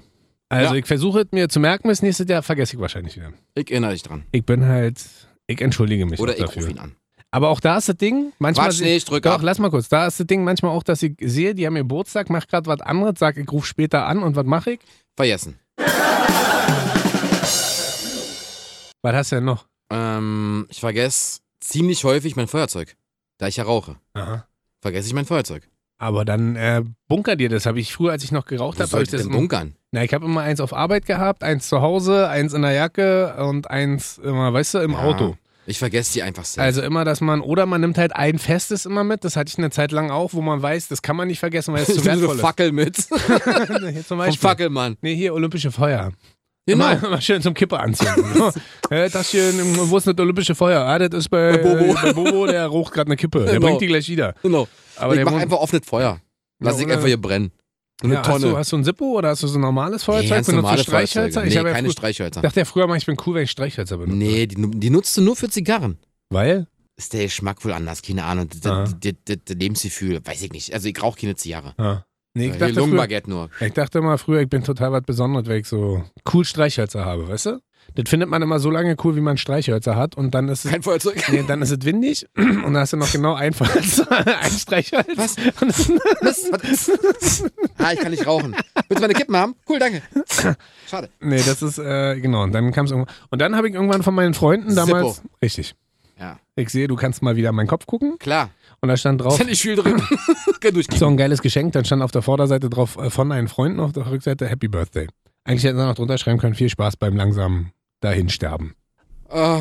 S1: Also
S2: Ja.
S1: ich versuche es mir zu merken, bis nächstes Jahr vergesse ich wahrscheinlich wieder.
S2: Ich erinnere dich dran.
S1: Ich bin halt, ich entschuldige mich
S2: Oder
S1: auch
S2: ich rufe
S1: dafür.
S2: ihn an.
S1: Aber auch da ist das Ding, manchmal...
S2: Quatsch, nee, ich drück
S1: Doch,
S2: ab.
S1: lass mal kurz. Da ist das Ding manchmal auch, dass ich sehe, die haben ihr Geburtstag, mach gerade was anderes, sag, ich rufe später an und was mache ich?
S2: Vergessen.
S1: Was hast du denn noch?
S2: Ähm, ich vergesse ziemlich häufig mein Feuerzeug. Da ich ja rauche,
S1: Aha.
S2: vergesse ich mein Feuerzeug.
S1: Aber dann äh, bunker dir das. Habe ich früher, als ich noch geraucht
S2: Wo
S1: habe, habe
S2: soll
S1: ich
S2: ich
S1: das.
S2: denn
S1: im-
S2: bunkern?
S1: Na, ich habe immer eins auf Arbeit gehabt, eins zu Hause, eins in der Jacke und eins immer, weißt du, im
S2: Ja.
S1: Auto.
S2: Ich vergesse die einfach selbst.
S1: Also immer, dass man, oder man nimmt halt ein festes immer mit, das hatte ich eine Zeit lang auch, wo man weiß, das kann man nicht vergessen, weil es zu
S2: Ich nehme so
S1: wertvoll
S2: eine Fackel mit. Vom
S1: ist. Hier zum Beispiel.
S2: Fackelmann.
S1: Nee, hier olympische Feuer.
S2: Genau.
S1: Immer, immer schön zum Kippe anziehen. äh, das hier, wo ist denn das olympische Feuer? Ah, das ist bei,
S2: Bei Bobo.
S1: Äh, bei Bobo, der raucht gerade eine Kippe. Der
S2: Genau.
S1: bringt die gleich wieder.
S2: genau.
S1: Aber
S2: ich
S1: der
S2: mach
S1: wohnt-
S2: einfach offenes Feuer. Lass
S1: Ja,
S2: ich
S1: oder-
S2: einfach hier brennen. So eine
S1: ja, hast,
S2: Tonne.
S1: du, hast du ein Sippo oder hast du so ein normales Feuerzeug?
S2: nee, ganz
S1: Benutzt du
S2: normale
S1: Streichhölzer?
S2: Feuerzeuge. Nee,
S1: ich habe ja
S2: keine
S1: früher-
S2: Streichhölzer.
S1: dachte ja früher mal, ich bin cool, wenn ich Streichhölzer benutze.
S2: Nee, die, nu- die nutzt du nur für Zigarren.
S1: Weil?
S2: ist der Geschmack wohl anders, keine Ahnung. Das-
S1: Aha.
S2: Das das- das- das Lebensgefühl, weiß ich nicht. Also ich rauche keine Zigarre.
S1: Ja. Nee, ich,
S2: Hier
S1: dachte früher,
S2: Lungenbaguette nur.
S1: ich dachte mal früher, ich bin total was Besonderes, weil ich so cool Streichhölzer habe, weißt du? Das findet man immer so lange cool, wie man Streichhölzer hat und dann ist es
S2: Kein Feuerzeug.
S1: Nee, dann ist es windig und dann hast du noch genau ein, Fall- ein Streichholz.
S2: Was?
S1: Und
S2: Was? Was? ah, ich kann nicht rauchen. Willst du meine Kippen haben? Cool, danke. Schade.
S1: dann, nee, das ist, äh, genau, und dann kam es irgendwann. Und dann habe ich irgendwann von meinen Freunden damals. Richtig.
S2: Ja,
S1: Ich sehe, du kannst mal wieder in meinen Kopf gucken.
S2: klar.
S1: Und da stand drauf,
S2: Ist ja nicht viel drin. kann durchgehen.
S1: so ein geiles Geschenk. Dann stand auf der Vorderseite drauf äh, von einen Freunden, auf der Rückseite Happy Birthday. Eigentlich hätten sie noch drunter schreiben können, viel Spaß beim langsamen Dahinsterben.
S2: Oh,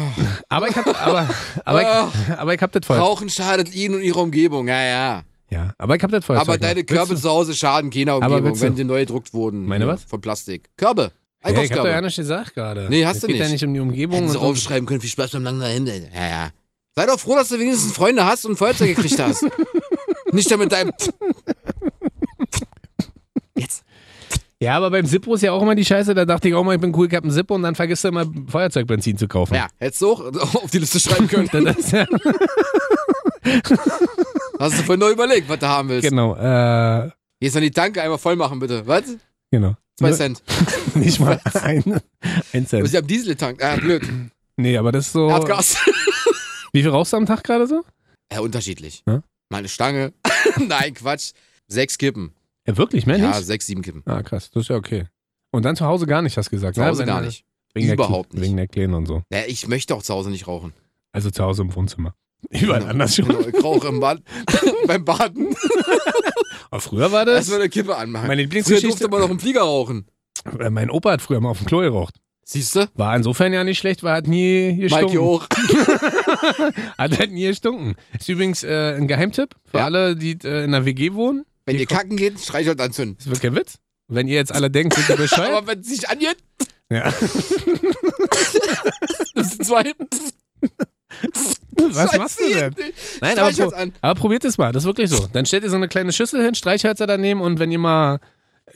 S1: Aber ich habe aber, aber ich, aber ich hab das Feuerzeug.
S2: rauchen schadet Ihnen und Ihrer Umgebung. Ja, ja.
S1: Ja, aber ich habe das Feuerzeug.
S2: Aber
S1: noch.
S2: deine
S1: Willst
S2: Körbe
S1: du-
S2: zu Hause schaden keiner
S1: Aber
S2: Umgebung,
S1: willst du-
S2: wenn sie neu gedruckt wurden.
S1: Meine
S2: Ja,
S1: was?
S2: Von Plastik. Körbe.
S1: Hey, ich habe
S2: Einkaufskörbe.
S1: doch ja nicht gesagt gerade.
S2: Nee, hast
S1: Es
S2: du
S1: geht ja
S2: nicht.
S1: nicht um die Umgebung.
S2: Hätten sie
S1: und um-
S2: draufschreiben können, viel Spaß beim langen Ende. Ja, ja. Sei doch froh, dass du wenigstens Freunde hast und ein Feuerzeug gekriegt hast. Nicht damit deinem. Jetzt.
S1: Ja, aber beim Zippo ist ja auch immer die Scheiße. Da dachte ich auch mal, ich bin cool, ich hab einen Zippo und dann vergisst du immer Feuerzeugbenzin zu kaufen.
S2: Ja, genau. hättest du auch auf die Liste schreiben können.
S1: Das ist ja,
S2: Hast du vorhin neu überlegt, was du haben willst.
S1: genau, äh,
S2: Hier ist noch die Tanke, einmal voll machen, bitte. Was?
S1: genau.
S2: Zwei
S1: Nur-
S2: Cent.
S1: Nicht mal ein, ein
S2: Aber
S1: Cent.
S2: sie haben Diesel getankt. Ah, blöd.
S1: Nee, aber das ist so.
S2: Erdgas.
S1: Wie viel rauchst du am Tag gerade so?
S2: Ja, unterschiedlich.
S1: Ja?
S2: Mal eine Stange. Nein, Quatsch. Sechs Kippen.
S1: Ja, wirklich, mehr
S2: Ja,
S1: nicht?
S2: sechs, sieben Kippen.
S1: Ah, krass, das ist ja okay. Und dann zu Hause gar nicht, hast du gesagt.
S2: Zu
S1: ne?
S2: Hause
S1: Wenn-
S2: gar nicht.
S1: Wegen
S2: Überhaupt
S1: der,
S2: nicht.
S1: Wegen der Kleinen und so.
S2: Naja, ich möchte auch zu Hause nicht rauchen.
S1: Also zu Hause im Wohnzimmer. Überall
S2: Genau.
S1: anders schon.
S2: Genau, ich rauche im Bad, beim Baden.
S1: Aber früher war das.
S2: Erstmal eine Kippe anmachen.
S1: Meine
S2: Früher
S1: Lieblingsgeschichte.
S2: durfte man noch im Flieger rauchen.
S1: Äh, mein Opa hat früher mal auf dem Klo geraucht.
S2: Siehst du?
S1: War insofern ja nicht schlecht, weil er hat nie
S2: Mikey
S1: gestunken.
S2: auch.
S1: Hat halt nie erstunken. Ist übrigens äh, ein Geheimtipp für
S2: Ja.
S1: alle, die äh, in einer WG wohnen.
S2: Wenn
S1: Hier
S2: ihr kacken geht, streichelt anzünden.
S1: Das wird kein Witz. Wenn ihr jetzt alle denkt, sind ihr bescheuert.
S2: Aber wenn es sich angeht,
S1: ja.
S2: das sind zwei.
S1: Was machst du denn? Nein, aber, pro
S2: Streichholz halt an.
S1: aber probiert es mal. Das ist wirklich so. Dann stellt ihr so eine kleine Schüssel hin, Streichhölzer daneben und wenn ihr mal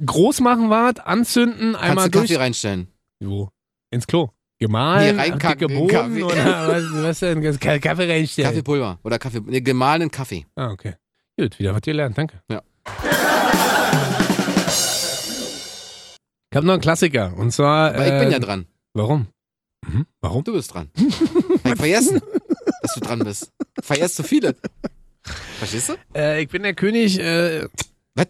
S1: groß machen wart, anzünden,
S2: Kannst
S1: einmal
S2: du Kaffee
S1: durch.
S2: reinstellen?
S1: Wo? Ins Klo. Gemahlen,
S2: Nee, reinkacken
S1: dicke
S2: in
S1: Bohnen
S2: Kaffee.
S1: oder was, was denn? Ka- Kaffee reinstellen.
S2: Kaffeepulver oder Kaffee, nee, gemahlenen Kaffee.
S1: Ah, okay. Gut, wieder was gelernt, danke.
S2: Ja.
S1: Ich habe noch einen Klassiker und zwar.
S2: Aber ich bin
S1: äh,
S2: ja dran.
S1: Warum? Mhm, warum?
S2: Du bist dran. Hab ich vergessen, dass du dran bist. Vergesst so viele. Verstehst du?
S1: Äh, ich bin der König äh,
S2: Was?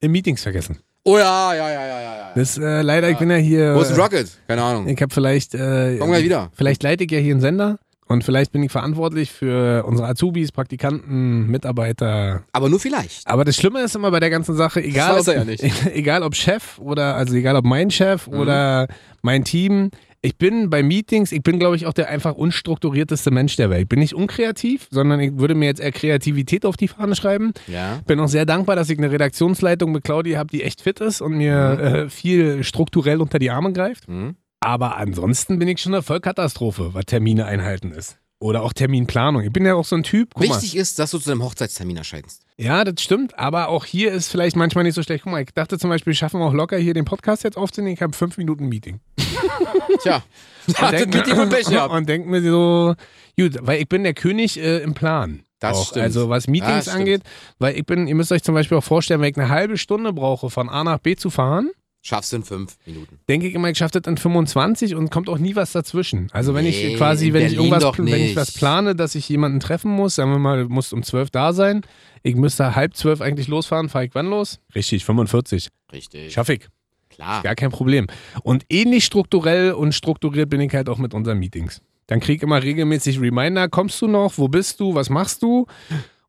S1: in Meetings vergessen.
S2: Oh ja, ja, ja, ja, ja. ja.
S1: Das äh, leider, ich bin ja hier.
S2: Wo ist Rocket? Keine Ahnung.
S1: Äh. Ich habe vielleicht. Äh,
S2: Komm gleich wieder.
S1: Vielleicht leite ich ja hier einen Sender und vielleicht bin ich verantwortlich für unsere Azubis, Praktikanten, Mitarbeiter.
S2: Aber nur vielleicht.
S1: Aber das Schlimme ist immer bei der ganzen Sache, egal,
S2: weiß
S1: ob,
S2: er ja nicht. Mhm.
S1: egal ob Chef oder, also egal ob mein Chef oder mein Team. Ich bin bei Meetings, ich bin, glaube ich, auch der einfach unstrukturierteste Mensch der Welt. Ich bin nicht unkreativ, sondern ich würde mir jetzt eher Kreativität auf die Fahne schreiben.
S2: Ja.
S1: Bin auch sehr dankbar, dass ich eine Redaktionsleitung mit Claudia habe, die echt fit ist und mir äh, viel strukturell unter die Arme greift.
S2: Mhm.
S1: Aber ansonsten bin ich schon eine Vollkatastrophe, was Termine einhalten ist. Oder auch Terminplanung. Ich bin ja auch so ein Typ. Guck mal.
S2: Wichtig ist, dass du zu deinem Hochzeitstermin erscheinst.
S1: Ja, das stimmt, aber auch hier ist vielleicht manchmal nicht so schlecht. Guck mal, ich dachte zum Beispiel, schaffen wir auch locker hier den Podcast jetzt aufzunehmen. Ich habe fünf Minuten Meeting.
S2: Tja. Ja, das
S1: denk mir-
S2: mit dem und Pech gehabt.
S1: und denk mir so, gut, weil ich bin der König äh, im Plan.
S2: Das
S1: auch.
S2: stimmt.
S1: Also was Meetings
S2: Das stimmt.
S1: angeht, weil ich bin, ihr müsst euch zum Beispiel auch vorstellen, wenn ich eine halbe Stunde brauche, von A nach B zu fahren,
S2: Schaffst du in fünf Minuten.
S1: denke ich immer, ich schaffe das in 25 und kommt auch nie was dazwischen. Also wenn
S2: Nee,
S1: ich quasi,
S2: in
S1: wenn ich,
S2: Berlin
S1: irgendwas,
S2: doch
S1: pl- wenn ich
S2: nicht.
S1: was plane, dass ich jemanden treffen muss, sagen wir mal, du musst um 12 da sein, ich müsste halb zwölf eigentlich losfahren, fahre ich wann los? Richtig, 45.
S2: Richtig.
S1: Schaffe ich,
S2: Klar.
S1: gar kein Problem. Und ähnlich strukturell und strukturiert bin ich halt auch mit unseren Meetings. Dann kriege ich immer regelmäßig Reminder, kommst du noch, wo bist du, was machst du?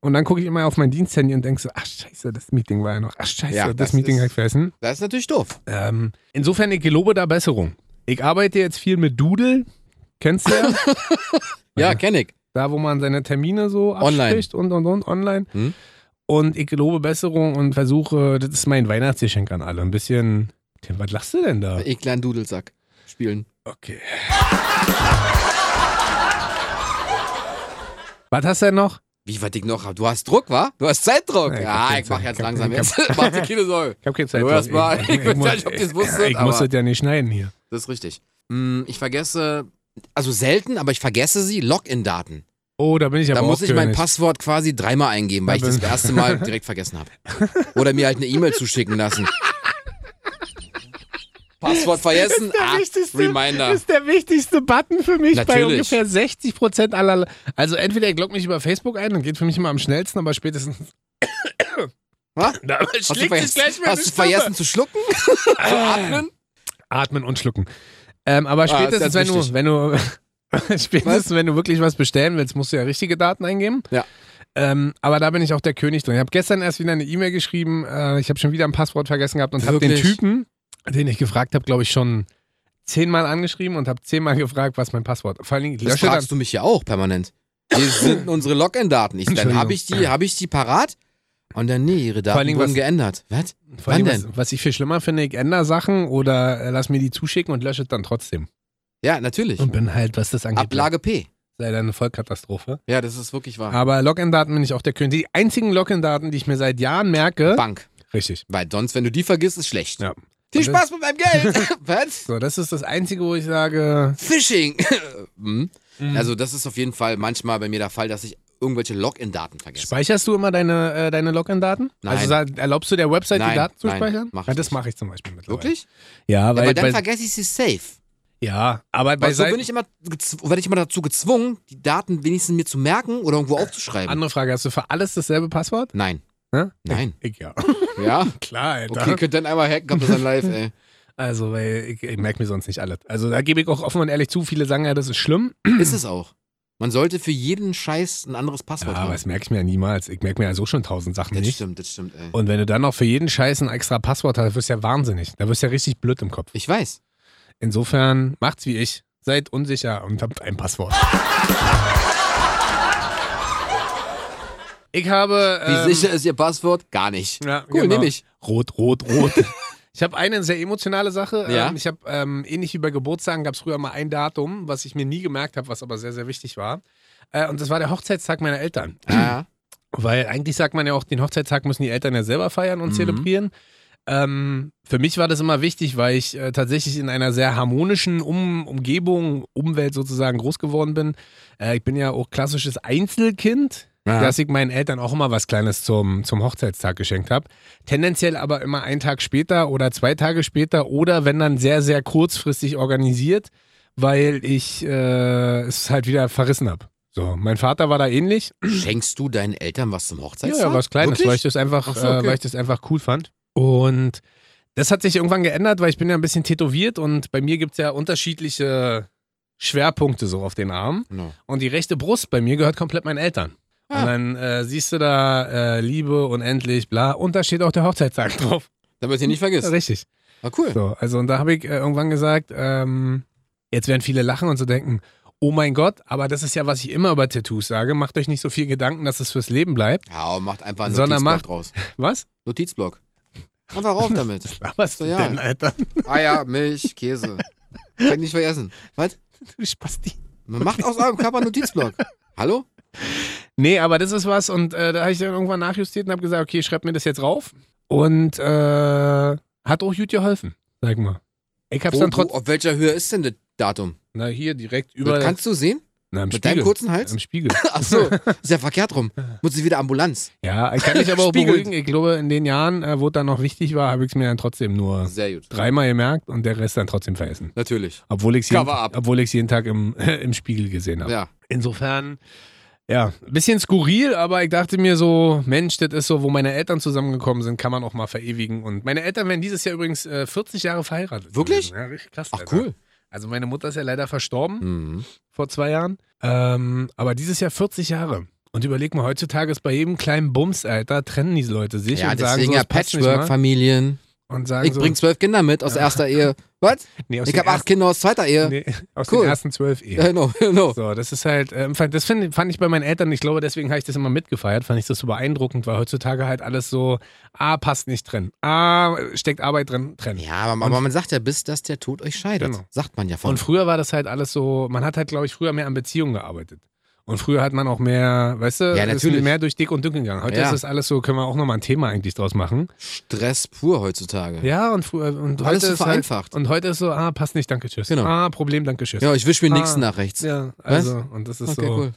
S1: Und dann gucke ich immer auf mein Diensthandy und denke so, ach scheiße, das Meeting war ja noch, ach scheiße,
S2: Ja,
S1: das,
S2: das
S1: Meeting
S2: ist-
S1: habe ich vergessen.
S2: Das ist natürlich doof.
S1: Ähm, insofern, ich gelobe da Besserung. Ich arbeite jetzt viel mit Doodle. Kennst du ja?
S2: Ja, kenn ich.
S1: da, wo man seine Termine so abspricht und und und online.
S2: Hm?
S1: Und ich gelobe Besserung und versuche, das ist mein Weihnachtsgeschenk an alle. Ein bisschen. Tim, was lachst du denn da?
S2: Ich lerne Dudelsack spielen.
S1: Okay. Was hast du denn noch?
S2: Wie was ich noch hab? Du hast Druck, wa? Du hast Zeitdruck.
S1: Ja, ich hab
S2: ja,
S1: keine
S2: ich mach
S1: Zeit. Ich hab-
S2: jetzt langsam
S1: ich hab-
S2: jetzt. Mach dir keine Sorge.
S1: Ich hab keine Zeit.
S2: Du erst mal. Ich weiß
S1: muss-
S2: nicht, ob ihr's wusstet,
S1: ich muss
S2: aber-
S1: das ja nicht schneiden hier.
S2: Mm, Das ist richtig. Hm, Ich vergesse, also selten, aber ich vergesse sie, Login-Daten.
S1: Oh, da bin ich aber
S2: Da
S1: auch
S2: muss ich mein
S1: König.
S2: Passwort quasi dreimal eingeben, weil ich
S1: Da
S2: das
S1: bin-
S2: erste Mal direkt vergessen habe. Oder mir halt eine E-Mail zuschicken lassen. Passwort vergessen, ah,
S1: wichtigste-
S2: Reminder.
S1: Das ist der wichtigste Button für mich bei
S2: Natürlich.
S1: ungefähr 60 Prozent aller. Also entweder ihr loggt mich über Facebook ein, dann geht für mich immer am schnellsten, aber spätestens.
S2: Ha?
S1: Da
S2: Hast du
S1: schlägt es
S2: vergessen,
S1: gleich meine
S2: hast du
S1: Stimme.
S2: vergessen zu schlucken? zu atmen?
S1: Atmen und schlucken. Ähm, aber
S2: Ah, ist ganz
S1: spätestens, wenn du,
S2: wichtig.
S1: wenn du spätestens, wenn du wirklich was bestellen willst, musst du ja richtige Daten eingeben.
S2: Ja.
S1: Ähm, aber da bin ich auch der König drin. Ich habe gestern erst wieder eine E-Mail geschrieben. Äh, ich habe schon wieder ein Passwort vergessen gehabt und habe den
S2: Wirklich?
S1: Typen, den ich gefragt habe, glaube ich schon zehnmal angeschrieben und habe zehnmal gefragt, was mein Passwort. Vor allen Dingen
S2: Das
S1: lösche dann.
S2: fragst du mich ja auch permanent. Hier sind unsere Login-Daten. Ich- Dann
S1: Entschuldigung.
S2: habe ich die, habe ich die parat? Und dann, nee, ihre
S1: allen
S2: Daten
S1: Dingen,
S2: wurden
S1: was-
S2: geändert. Was?
S1: Vor allen
S2: Wann
S1: Dingen, was, was ich viel schlimmer finde, ich ändere Sachen oder äh, lass mir die zuschicken und lösche dann trotzdem.
S2: Ja, natürlich.
S1: Und bin halt, was das angeht,
S2: Ablage P.
S1: leider eine Vollkatastrophe.
S2: Ja, das ist wirklich wahr.
S1: Aber Login-Daten bin ich auch der König. Die einzigen Login-Daten, die ich mir seit Jahren merke.
S2: Bank.
S1: Richtig.
S2: Weil sonst, wenn du die vergisst, ist schlecht.
S1: Ja.
S2: Viel
S1: Und das-
S2: Spaß mit meinem Geld. Was?
S1: So, das ist das Einzige, wo ich sage.
S2: Phishing. Hm.
S1: Mhm.
S2: Also das ist auf jeden Fall manchmal bei mir der Fall, dass ich irgendwelche Login-Daten vergesse.
S1: Speicherst du immer deine, äh, deine Login-Daten?
S2: Nein.
S1: Also sa- erlaubst du der Website, die
S2: Nein,
S1: Daten zu
S2: nein,
S1: speichern?
S2: mach ich
S1: ja, das
S2: nicht.
S1: mache ich zum Beispiel mittlerweile.
S2: Wirklich?
S1: Ja,
S2: Aber
S1: weil,
S2: ja, weil dann
S1: bei,
S2: vergesse ich sie safe.
S1: ja aber bei
S2: Weil so bin
S1: Seiten.
S2: ich immer gezw- werde ich immer dazu gezwungen, die Daten wenigstens mir zu merken oder irgendwo aufzuschreiben.
S1: Andere Frage, hast du für alles dasselbe Passwort?
S2: Nein.
S1: Ne?
S2: Nein.
S1: Ich ja.
S2: Ja.
S1: Klar, Alter.
S2: Okay, könnt dann einmal hacken, kommt das dann live, ey.
S1: Also, weil ich, ich merke mir sonst nicht alles. Also, da gebe ich auch offen und ehrlich zu. Viele sagen ja, das ist schlimm.
S2: Ist es auch. Man sollte für jeden Scheiß ein anderes
S1: Ja,
S2: Passwort
S1: aber
S2: haben.
S1: das merke ich mir ja niemals. Ich merke mir ja so schon tausend Sachen
S2: das
S1: nicht.
S2: stimmt, das stimmt, ey.
S1: Und wenn du dann noch für jeden Scheiß ein extra Passwort hast, wirst du ja wahnsinnig. Da wirst du ja richtig blöd im Kopf.
S2: Ich weiß.
S1: Insofern macht's wie ich. Seid unsicher und habt ein Passwort. Ich habe.
S2: Wie
S1: ähm,
S2: sicher ist Ihr Passwort? Gar nicht.
S1: Ja,
S2: cool,
S1: genau.
S2: nehme ich.
S1: Rot, rot, rot. Ich habe eine sehr emotionale Sache.
S2: Ja?
S1: Ähm, ich habe ähm, ähnlich wie bei Geburtstagen gab es früher mal ein Datum, was ich mir nie gemerkt habe, was aber sehr, sehr wichtig war. Äh, und das war der Hochzeitstag meiner Eltern.
S2: Ja.
S1: Weil eigentlich sagt man ja auch, den Hochzeitstag müssen die Eltern ja selber feiern und
S2: Mhm.
S1: zelebrieren. Ähm, für mich war das immer wichtig, weil ich äh, tatsächlich in einer sehr harmonischen um Umgebung, Umwelt sozusagen groß geworden bin. Äh, ich bin ja auch klassisches Einzelkind,
S2: Ja.
S1: dass ich meinen Eltern auch immer was Kleines zum, zum Hochzeitstag geschenkt habe. Tendenziell aber immer einen Tag später oder zwei Tage später oder wenn dann sehr, sehr kurzfristig organisiert, weil ich äh, es halt wieder verrissen habe. So, mein Vater war da ähnlich.
S2: Schenkst du deinen Eltern was zum Hochzeitstag?
S1: Ja, ja, was Kleines,
S2: Wirklich?
S1: weil ich das einfach,
S2: Ach so,
S1: äh,
S2: okay.
S1: weil ich das einfach cool fand. Und das hat sich irgendwann geändert, weil ich bin ja ein bisschen tätowiert und bei mir gibt es ja unterschiedliche Schwerpunkte so auf den Armen.
S2: No.
S1: Und die rechte Brust bei mir gehört komplett meinen Eltern.
S2: Ah.
S1: Und dann äh, siehst du da äh, Liebe, unendlich, bla. Und da steht auch der Hochzeitstag drauf.
S2: Damit ihr nicht vergisst.
S1: Richtig.
S2: Ah, cool.
S1: So, also und da habe ich äh, irgendwann gesagt, ähm, jetzt werden viele lachen und so denken, oh mein Gott, aber das ist ja, was ich immer über Tattoos sage. Macht euch nicht so viel Gedanken, dass es fürs Leben bleibt.
S2: Ja, und macht einfach einen
S1: Sondern
S2: Notizblock
S1: macht-
S2: draus.
S1: Was?
S2: Notizblock. Einfach rauf damit.
S1: Was
S2: So, ja.
S1: denn, Alter?
S2: Eier, Milch, Käse. Kann ich nicht vergessen. Was?
S1: Du Spasti.
S2: Man macht aus eurem Körper einen Notizblock. Hallo?
S1: Nee, aber das ist was und äh, da habe ich dann irgendwann nachjustiert und habe gesagt, okay, schreib mir das jetzt rauf. Und äh, hat auch gut geholfen, sag mal. Ich hab's
S2: Wo,
S1: dann
S2: wo,
S1: trotzdem.
S2: auf welcher Höhe ist denn das Datum?
S1: Na, hier direkt über.
S2: Das kannst du sehen?
S1: na, im
S2: Mit
S1: Spiegel.
S2: deinem kurzen Hals?
S1: Im Spiegel.
S2: Achso, ist ja verkehrt rum. Muss ich wieder Ambulanz.
S1: Ja, ich kann mich aber auch
S2: Spiegelt.
S1: beruhigen. Ich glaube, in den Jahren, äh, wo es dann noch wichtig war, habe ich es mir dann trotzdem nur
S2: Sehr gut.
S1: dreimal gemerkt und der Rest dann trotzdem vergessen.
S2: Natürlich.
S1: Obwohl ich es jeden,
S2: Cover up.
S1: obwohl ich's jeden Tag im, im Spiegel gesehen habe.
S2: Ja.
S1: Insofern, ja, ein bisschen skurril, aber ich dachte mir so, Mensch, das ist so, wo meine Eltern zusammengekommen sind, kann man auch mal verewigen. Und meine Eltern werden dieses Jahr übrigens äh, 40 Jahre verheiratet.
S2: Wirklich?
S1: gewesen. Ja, richtig krass.
S2: Ach,
S1: Alter.
S2: cool.
S1: Also meine Mutter ist ja leider verstorben
S2: Mhm.
S1: vor zwei Jahren. Ähm, aber dieses Jahr 40 Jahre. Und überleg mal, heutzutage ist bei jedem kleinen Bums, Alter, trennen diese Leute sich
S2: Ja,
S1: und sagen
S2: deswegen
S1: so,
S2: ja
S1: das passt nicht mal.
S2: Patchwork-Familien.
S1: Und sagen
S2: Ich
S1: so,
S2: bring zwölf Kinder mit aus
S1: Ja.
S2: erster Ehe. Was?
S1: nee, aus
S2: Ich
S1: den
S2: habe acht Kinder aus zweiter Ehe.
S1: ersten, nee, aus
S2: Cool.
S1: den ersten zwölf Ehen.
S2: Äh, no, no.
S1: So, das ist halt, ähm, fand- das find, fand ich bei meinen Eltern, ich glaube, deswegen habe ich das immer mitgefeiert, fand ich das so beeindruckend, weil heutzutage halt alles so, ah, passt nicht drin, ah, steckt Arbeit drin, trennen.
S2: Ja, aber, man-
S1: Und-
S2: aber man sagt ja, bis dass der Tod euch scheidet.
S1: Genau.
S2: Sagt man ja von.
S1: Und früher war das halt alles so, man hat halt, glaube ich, früher mehr an Beziehungen gearbeitet. Und früher hat man auch mehr, weißt du,
S2: Ja,
S1: ist
S2: natürlich.
S1: mehr durch dick und dünn gegangen. Heute
S2: Ja.
S1: ist das alles so, können wir auch nochmal ein Thema eigentlich draus machen.
S2: Stress pur heutzutage.
S1: Ja, und früher, und
S2: Alles
S1: heute
S2: so
S1: ist halt,
S2: vereinfacht.
S1: und heute ist so, ah, passt nicht, danke, tschüss.
S2: Genau.
S1: Ah, Problem, danke, tschüss.
S2: Ja, ich wische mir
S1: Ah.
S2: nächsten nach rechts.
S1: Ja, also, und das ist
S2: Okay,
S1: so.
S2: cool.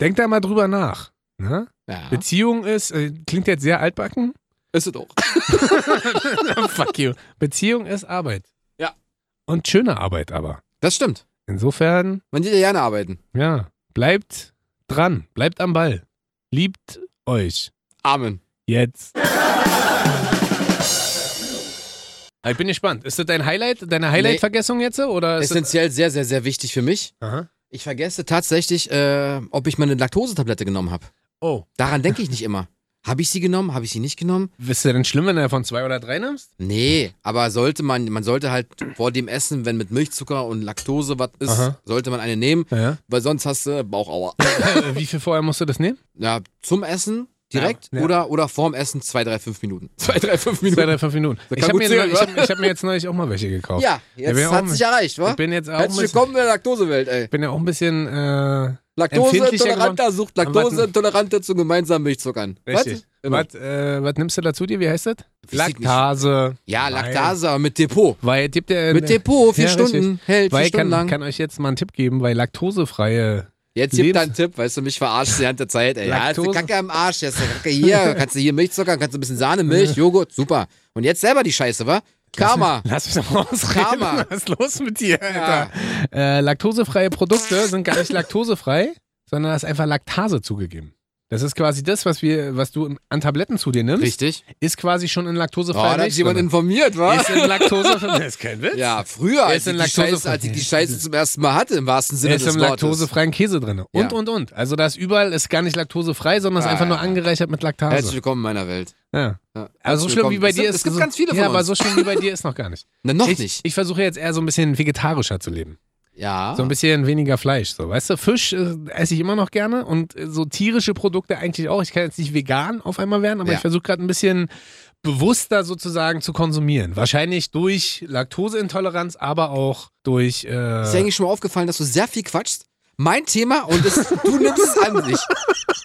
S1: Denk da mal drüber nach. Ne?
S2: Ja.
S1: Beziehung ist, äh, klingt jetzt sehr altbacken.
S2: Ist es auch.
S1: Fuck you. Beziehung ist Arbeit.
S2: Ja.
S1: Und schöne Arbeit aber.
S2: Das stimmt.
S1: Insofern,
S2: Man sieht ja gerne arbeiten.
S1: ja, bleibt dran, bleibt am Ball. Liebt euch.
S2: Amen.
S1: Jetzt. Ich bin gespannt. Ist das dein Highlight, deine Highlight-Vergessung jetzt? Oder ist das,
S2: Essentiell sehr, sehr, sehr wichtig für mich.
S1: aha.
S2: Ich vergesse tatsächlich, äh, ob ich meine Laktosetablette genommen habe.
S1: Oh.
S2: Daran denke ich nicht immer. Habe ich sie genommen? Habe ich sie nicht genommen?
S1: Ist ja denn schlimm, wenn du davon zwei oder drei nimmst?
S2: Nee, aber sollte man, man sollte halt vor dem Essen, wenn mit Milchzucker und Laktose was ist,
S1: Aha.
S2: sollte man eine nehmen,
S1: Ja.
S2: weil sonst hast du Bauchauer.
S1: Äh, Wie viel vorher musst du das nehmen?
S2: Ja, zum Essen direkt
S1: Ja, ja.
S2: Oder, oder vorm Essen zwei, drei, fünf Minuten. Zwei, drei, fünf Minuten.
S1: Zwei, drei, fünf Minuten.
S2: kann
S1: Ich habe
S2: gut
S1: mir,
S2: zählen,
S1: neu- ich hab,
S2: wa?
S1: ich hab mir jetzt neulich auch mal welche gekauft.
S2: ja,
S1: Ja,
S2: jetzt
S1: wir
S2: hat
S1: auch-
S2: sich erreicht, wa?
S1: Ich bin jetzt auch ein
S2: Herzlich
S1: bisschen,
S2: willkommen in der Laktosewelt, ey.
S1: bin ja auch ein bisschen äh, empfindlicher geworden.
S2: Laktose-Toleranter sucht Laktose-Tolerante zu gemeinsamen Milchzuckern.
S1: Richtig.
S2: Was? Genau.
S1: Was, äh, was nimmst du dazu dir? Wie heißt das?
S2: ich nicht.
S1: Laktase.
S2: Ja,
S1: Nein.
S2: Laktase, aber mit Depot.
S1: Weil gibt ja
S2: Mit Depot, vier
S1: Äh, Ja, richtig.
S2: Stunden, hält vier
S1: weil ich kann,
S2: Stunden lang.
S1: kann euch jetzt mal einen Tipp geben, weil laktosefreie.
S2: jetzt gibt
S1: Lebens-
S2: er einen Tipp, weißt du, mich verarscht die ganze Zeit, ey. Ja, hast du
S1: Laktose.
S2: Kacke am Arsch, jetzt Kacke hier, kannst du hier Milchzucker, kannst du ein bisschen Sahne, Milch, Joghurt, super. Und jetzt selber die Scheiße, wa? Karma.
S1: Lass mich doch mal ausreden.
S2: Karma.
S1: Was ist los mit dir, Alter? Äh, laktosefreie Produkte sind gar nicht laktosefrei, sondern da ist einfach Laktase zugegeben. Das ist quasi das, was wir, was du an Tabletten zu dir nimmst,
S2: Richtig.
S1: ist quasi schon in
S2: Oh, da
S1: laktosefreien
S2: hat
S1: Milch
S2: sich jemand
S1: drin.
S2: informiert, wa?
S1: Ist in laktosefreien. Das ist kein Witz.
S2: Ja, früher,
S1: Ist
S2: als ich,
S1: in
S2: die Scheiße,
S1: Laktosefrei.
S2: als ich die Scheiße zum ersten Mal hatte, im wahrsten Sinne
S1: ist
S2: des
S1: im
S2: Wortes.
S1: laktosefreien Käse drin. Und,
S2: Ja.
S1: und, und. Also da ist überall, ist gar nicht laktosefrei, sondern ist
S2: Ah,
S1: einfach nur
S2: ja.
S1: angereichert mit Laktase.
S2: Herzlich willkommen in meiner Welt.
S1: ja.
S2: Ja.
S1: Also so
S2: Herzlich
S1: schlimm wie
S2: willkommen.
S1: bei
S2: Es
S1: dir
S2: sind-
S1: ist
S2: Es gibt
S1: so-
S2: ganz viele von
S1: Ja,
S2: uns.
S1: aber so schlimm wie bei dir ist noch gar nicht.
S2: Na, noch
S1: ich,
S2: nicht.
S1: Ich versuche jetzt eher so ein bisschen vegetarischer zu leben.
S2: Ja.
S1: So ein bisschen weniger Fleisch, so, weißt du? Fisch äh, esse ich immer noch gerne und äh, so tierische Produkte eigentlich auch. Ich kann jetzt nicht vegan auf einmal werden, aber
S2: Ja.
S1: ich versuche gerade ein bisschen bewusster sozusagen zu konsumieren. Wahrscheinlich durch Laktoseintoleranz, aber auch durch. Äh,
S2: Ist dir eigentlich schon mal aufgefallen, dass du sehr viel quatschst? Mein Thema und es, du nimmst es an sich.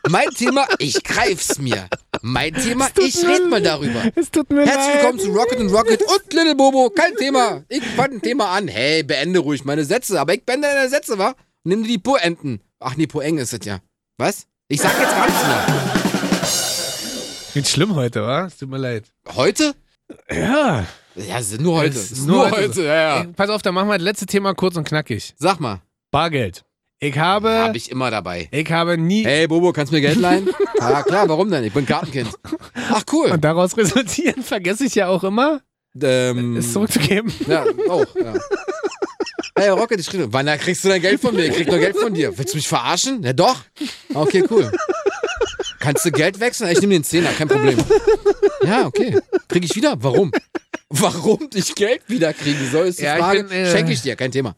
S2: Mein Thema, ich greif's mir. Mein Thema,
S1: tut
S2: ich
S1: mir
S2: red mal darüber.
S1: es tut mir
S2: Herzlich willkommen zu Rocket and Rocket und Little Bobo. Kein Thema. Ich fand ein Thema an. Hey, beende ruhig meine Sätze. Aber ich beende deine Sätze, wa? Nimm dir die Poenten. Ach nee, Poeng ist es ja. Was? Ich sag jetzt gar nichts mehr.
S1: Geht schlimm heute, wa? Es tut mir leid.
S2: Heute?
S1: Ja.
S2: Ja, es ist nur heute.
S1: Es
S2: Es ist nur heute, ja, ja.
S1: Ey, pass auf, dann machen wir das letzte Thema kurz und knackig.
S2: Sag mal.
S1: Bargeld. Ich habe.
S2: Hab
S1: ich.
S2: ich immer dabei.
S1: habe nie.
S2: Hey, Bobo, kannst du mir Geld leihen? Ja, klar, warum denn? Ich bin Gartenkind. Ach, cool.
S1: Und daraus resultieren vergesse ich ja auch immer,
S2: Ähm,
S1: es zurückzugeben.
S2: Ja, auch, ja. Hey, Rocket, ich rede. Wann da kriegst du dein Geld von mir? Ich krieg nur Geld von dir. Willst du mich verarschen? Ja, doch. Okay, cool. Kannst du Geld wechseln? Ich nehme den Zehner, kein Problem. Ja, okay. Krieg ich wieder? Warum? Warum ich Geld wieder kriegen soll, ist die
S1: Ja, ich
S2: Frage.
S1: bin, äh,
S2: Schenke ich dir, kein Thema.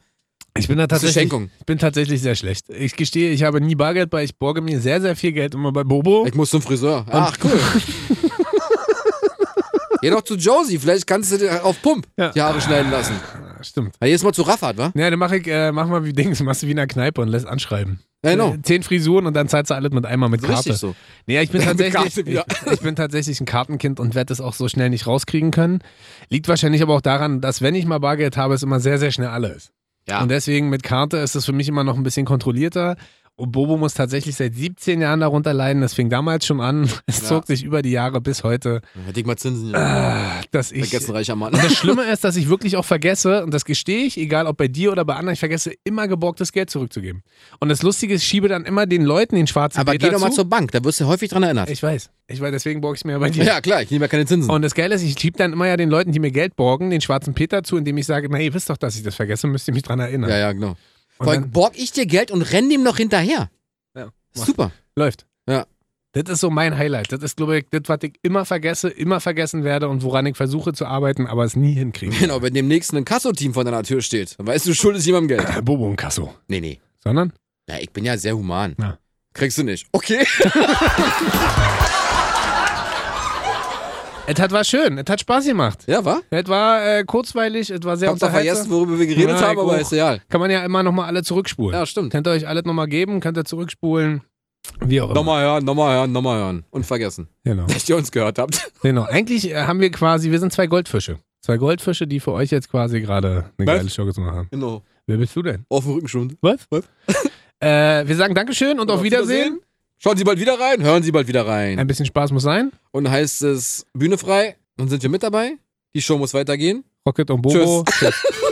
S1: Ich bin da
S2: Das ist
S1: tatsächlich.
S2: Schenkung.
S1: Ich bin tatsächlich sehr schlecht. Ich gestehe, ich habe nie Bargeld bei. Ich borge mir sehr, sehr viel Geld immer bei Bobo.
S2: Ich muss zum Friseur. Ach, cool. Geh doch zu Josie, vielleicht kannst du dir auf Pump
S1: Ja.
S2: die Haare schneiden lassen.
S1: Ah, Stimmt.
S2: Ja, Jedes Mal zu Raffat, wa?
S1: Ja, dann mach ich, äh, mach mal wie Dings, machst du wie in einer Kneipe und lässt anschreiben.
S2: Ja, genau.
S1: Äh, Zehn Frisuren und dann zahlst du alles mit einmal mit Karte.
S2: Richtig so.
S1: Nee, ich bin
S2: Mit
S1: tatsächlich,
S2: Karte, ja.
S1: ich, ich bin tatsächlich ein Kartenkind und werde das auch so schnell nicht rauskriegen können. Liegt wahrscheinlich aber auch daran, dass wenn ich mal Bargeld habe, es immer sehr, sehr schnell alle ist.
S2: Ja.
S1: Und deswegen mit Karte ist es für mich immer noch ein bisschen kontrollierter. Und Bobo muss tatsächlich seit 17 Jahren darunter leiden. Das fing damals schon an. Es
S2: Ja.
S1: zog sich über die Jahre bis heute,
S2: Hätte ich mal Zinsen.
S1: Äh,
S2: Ja.
S1: dass ich.
S2: Vergessen reicher Mann.
S1: Das Schlimme ist, dass ich wirklich auch vergesse, und das gestehe ich, egal ob bei dir oder bei anderen, ich vergesse immer geborgtes Geld zurückzugeben. Und das Lustige ist, ich schiebe dann immer den Leuten den schwarzen
S2: Aber
S1: Peter
S2: geh doch mal
S1: zu.
S2: zur Bank, da wirst du häufig dran erinnert.
S1: Ich weiß. Ich weiß, deswegen borge ich es mir ja bei dir.
S2: ja, klar, ich nehme ja keine Zinsen.
S1: Und das Geile ist, ich schiebe dann immer ja den Leuten, die mir Geld borgen, den schwarzen Peter zu, indem ich sage, na, ihr wisst doch, dass ich das vergesse, müsst ihr mich dran erinnern.
S2: ja, ja, genau.
S1: Und
S2: Vor allem
S1: dann
S2: borg ich dir Geld und renn dem noch hinterher.
S1: Ja.
S2: Super.
S1: läuft.
S2: Ja.
S1: Das ist so mein Highlight. Das ist, glaube ich, das, was ich immer vergesse, immer vergessen werde und woran ich versuche zu arbeiten, aber es nie hinkriege.
S2: Genau, wenn demnächst ein Kassoteam vor deiner Tür steht, dann weißt du, du schuldest jemandem Geld.
S1: Äh, Bobo und Kasso.
S2: Nee, nee.
S1: Sondern?
S2: Ja, ich bin ja sehr human.
S1: Ja.
S2: Kriegst du nicht. Okay.
S1: Es hat war schön, es hat Spaß gemacht.
S2: Ja, wa?
S1: Es war äh, kurzweilig, es war sehr
S2: Hab's doch vergessen,
S1: unterhaltsam.
S2: worüber wir geredet
S1: Ja,
S2: haben,
S1: ich
S2: aber
S1: auch.
S2: ist ja.
S1: Kann man ja immer nochmal alle zurückspulen.
S2: Ja, stimmt.
S1: Könnt ihr euch alles nochmal geben, könnt ihr zurückspulen. Wie auch immer.
S2: Nochmal hören, nochmal hören, nochmal hören. Und vergessen,
S1: Genau.
S2: dass ihr uns gehört habt.
S1: Genau, eigentlich äh, haben wir quasi, wir sind zwei Goldfische. Zwei Goldfische, die für euch jetzt quasi gerade eine
S2: Was?
S1: geile Show gemacht haben.
S2: Genau.
S1: Wer bist du denn?
S2: Auf dem Rücken schon.
S1: Was?
S2: Was?
S1: äh, Äh, wir sagen Dankeschön und auf Wiedersehen.
S2: Schauen Sie bald wieder rein, hören Sie bald wieder rein.
S1: Ein bisschen Spaß muss sein.
S2: Und heißt es Bühne frei, dann sind wir mit dabei. Die Show muss weitergehen.
S1: Rocket und Bobo. Tschüss.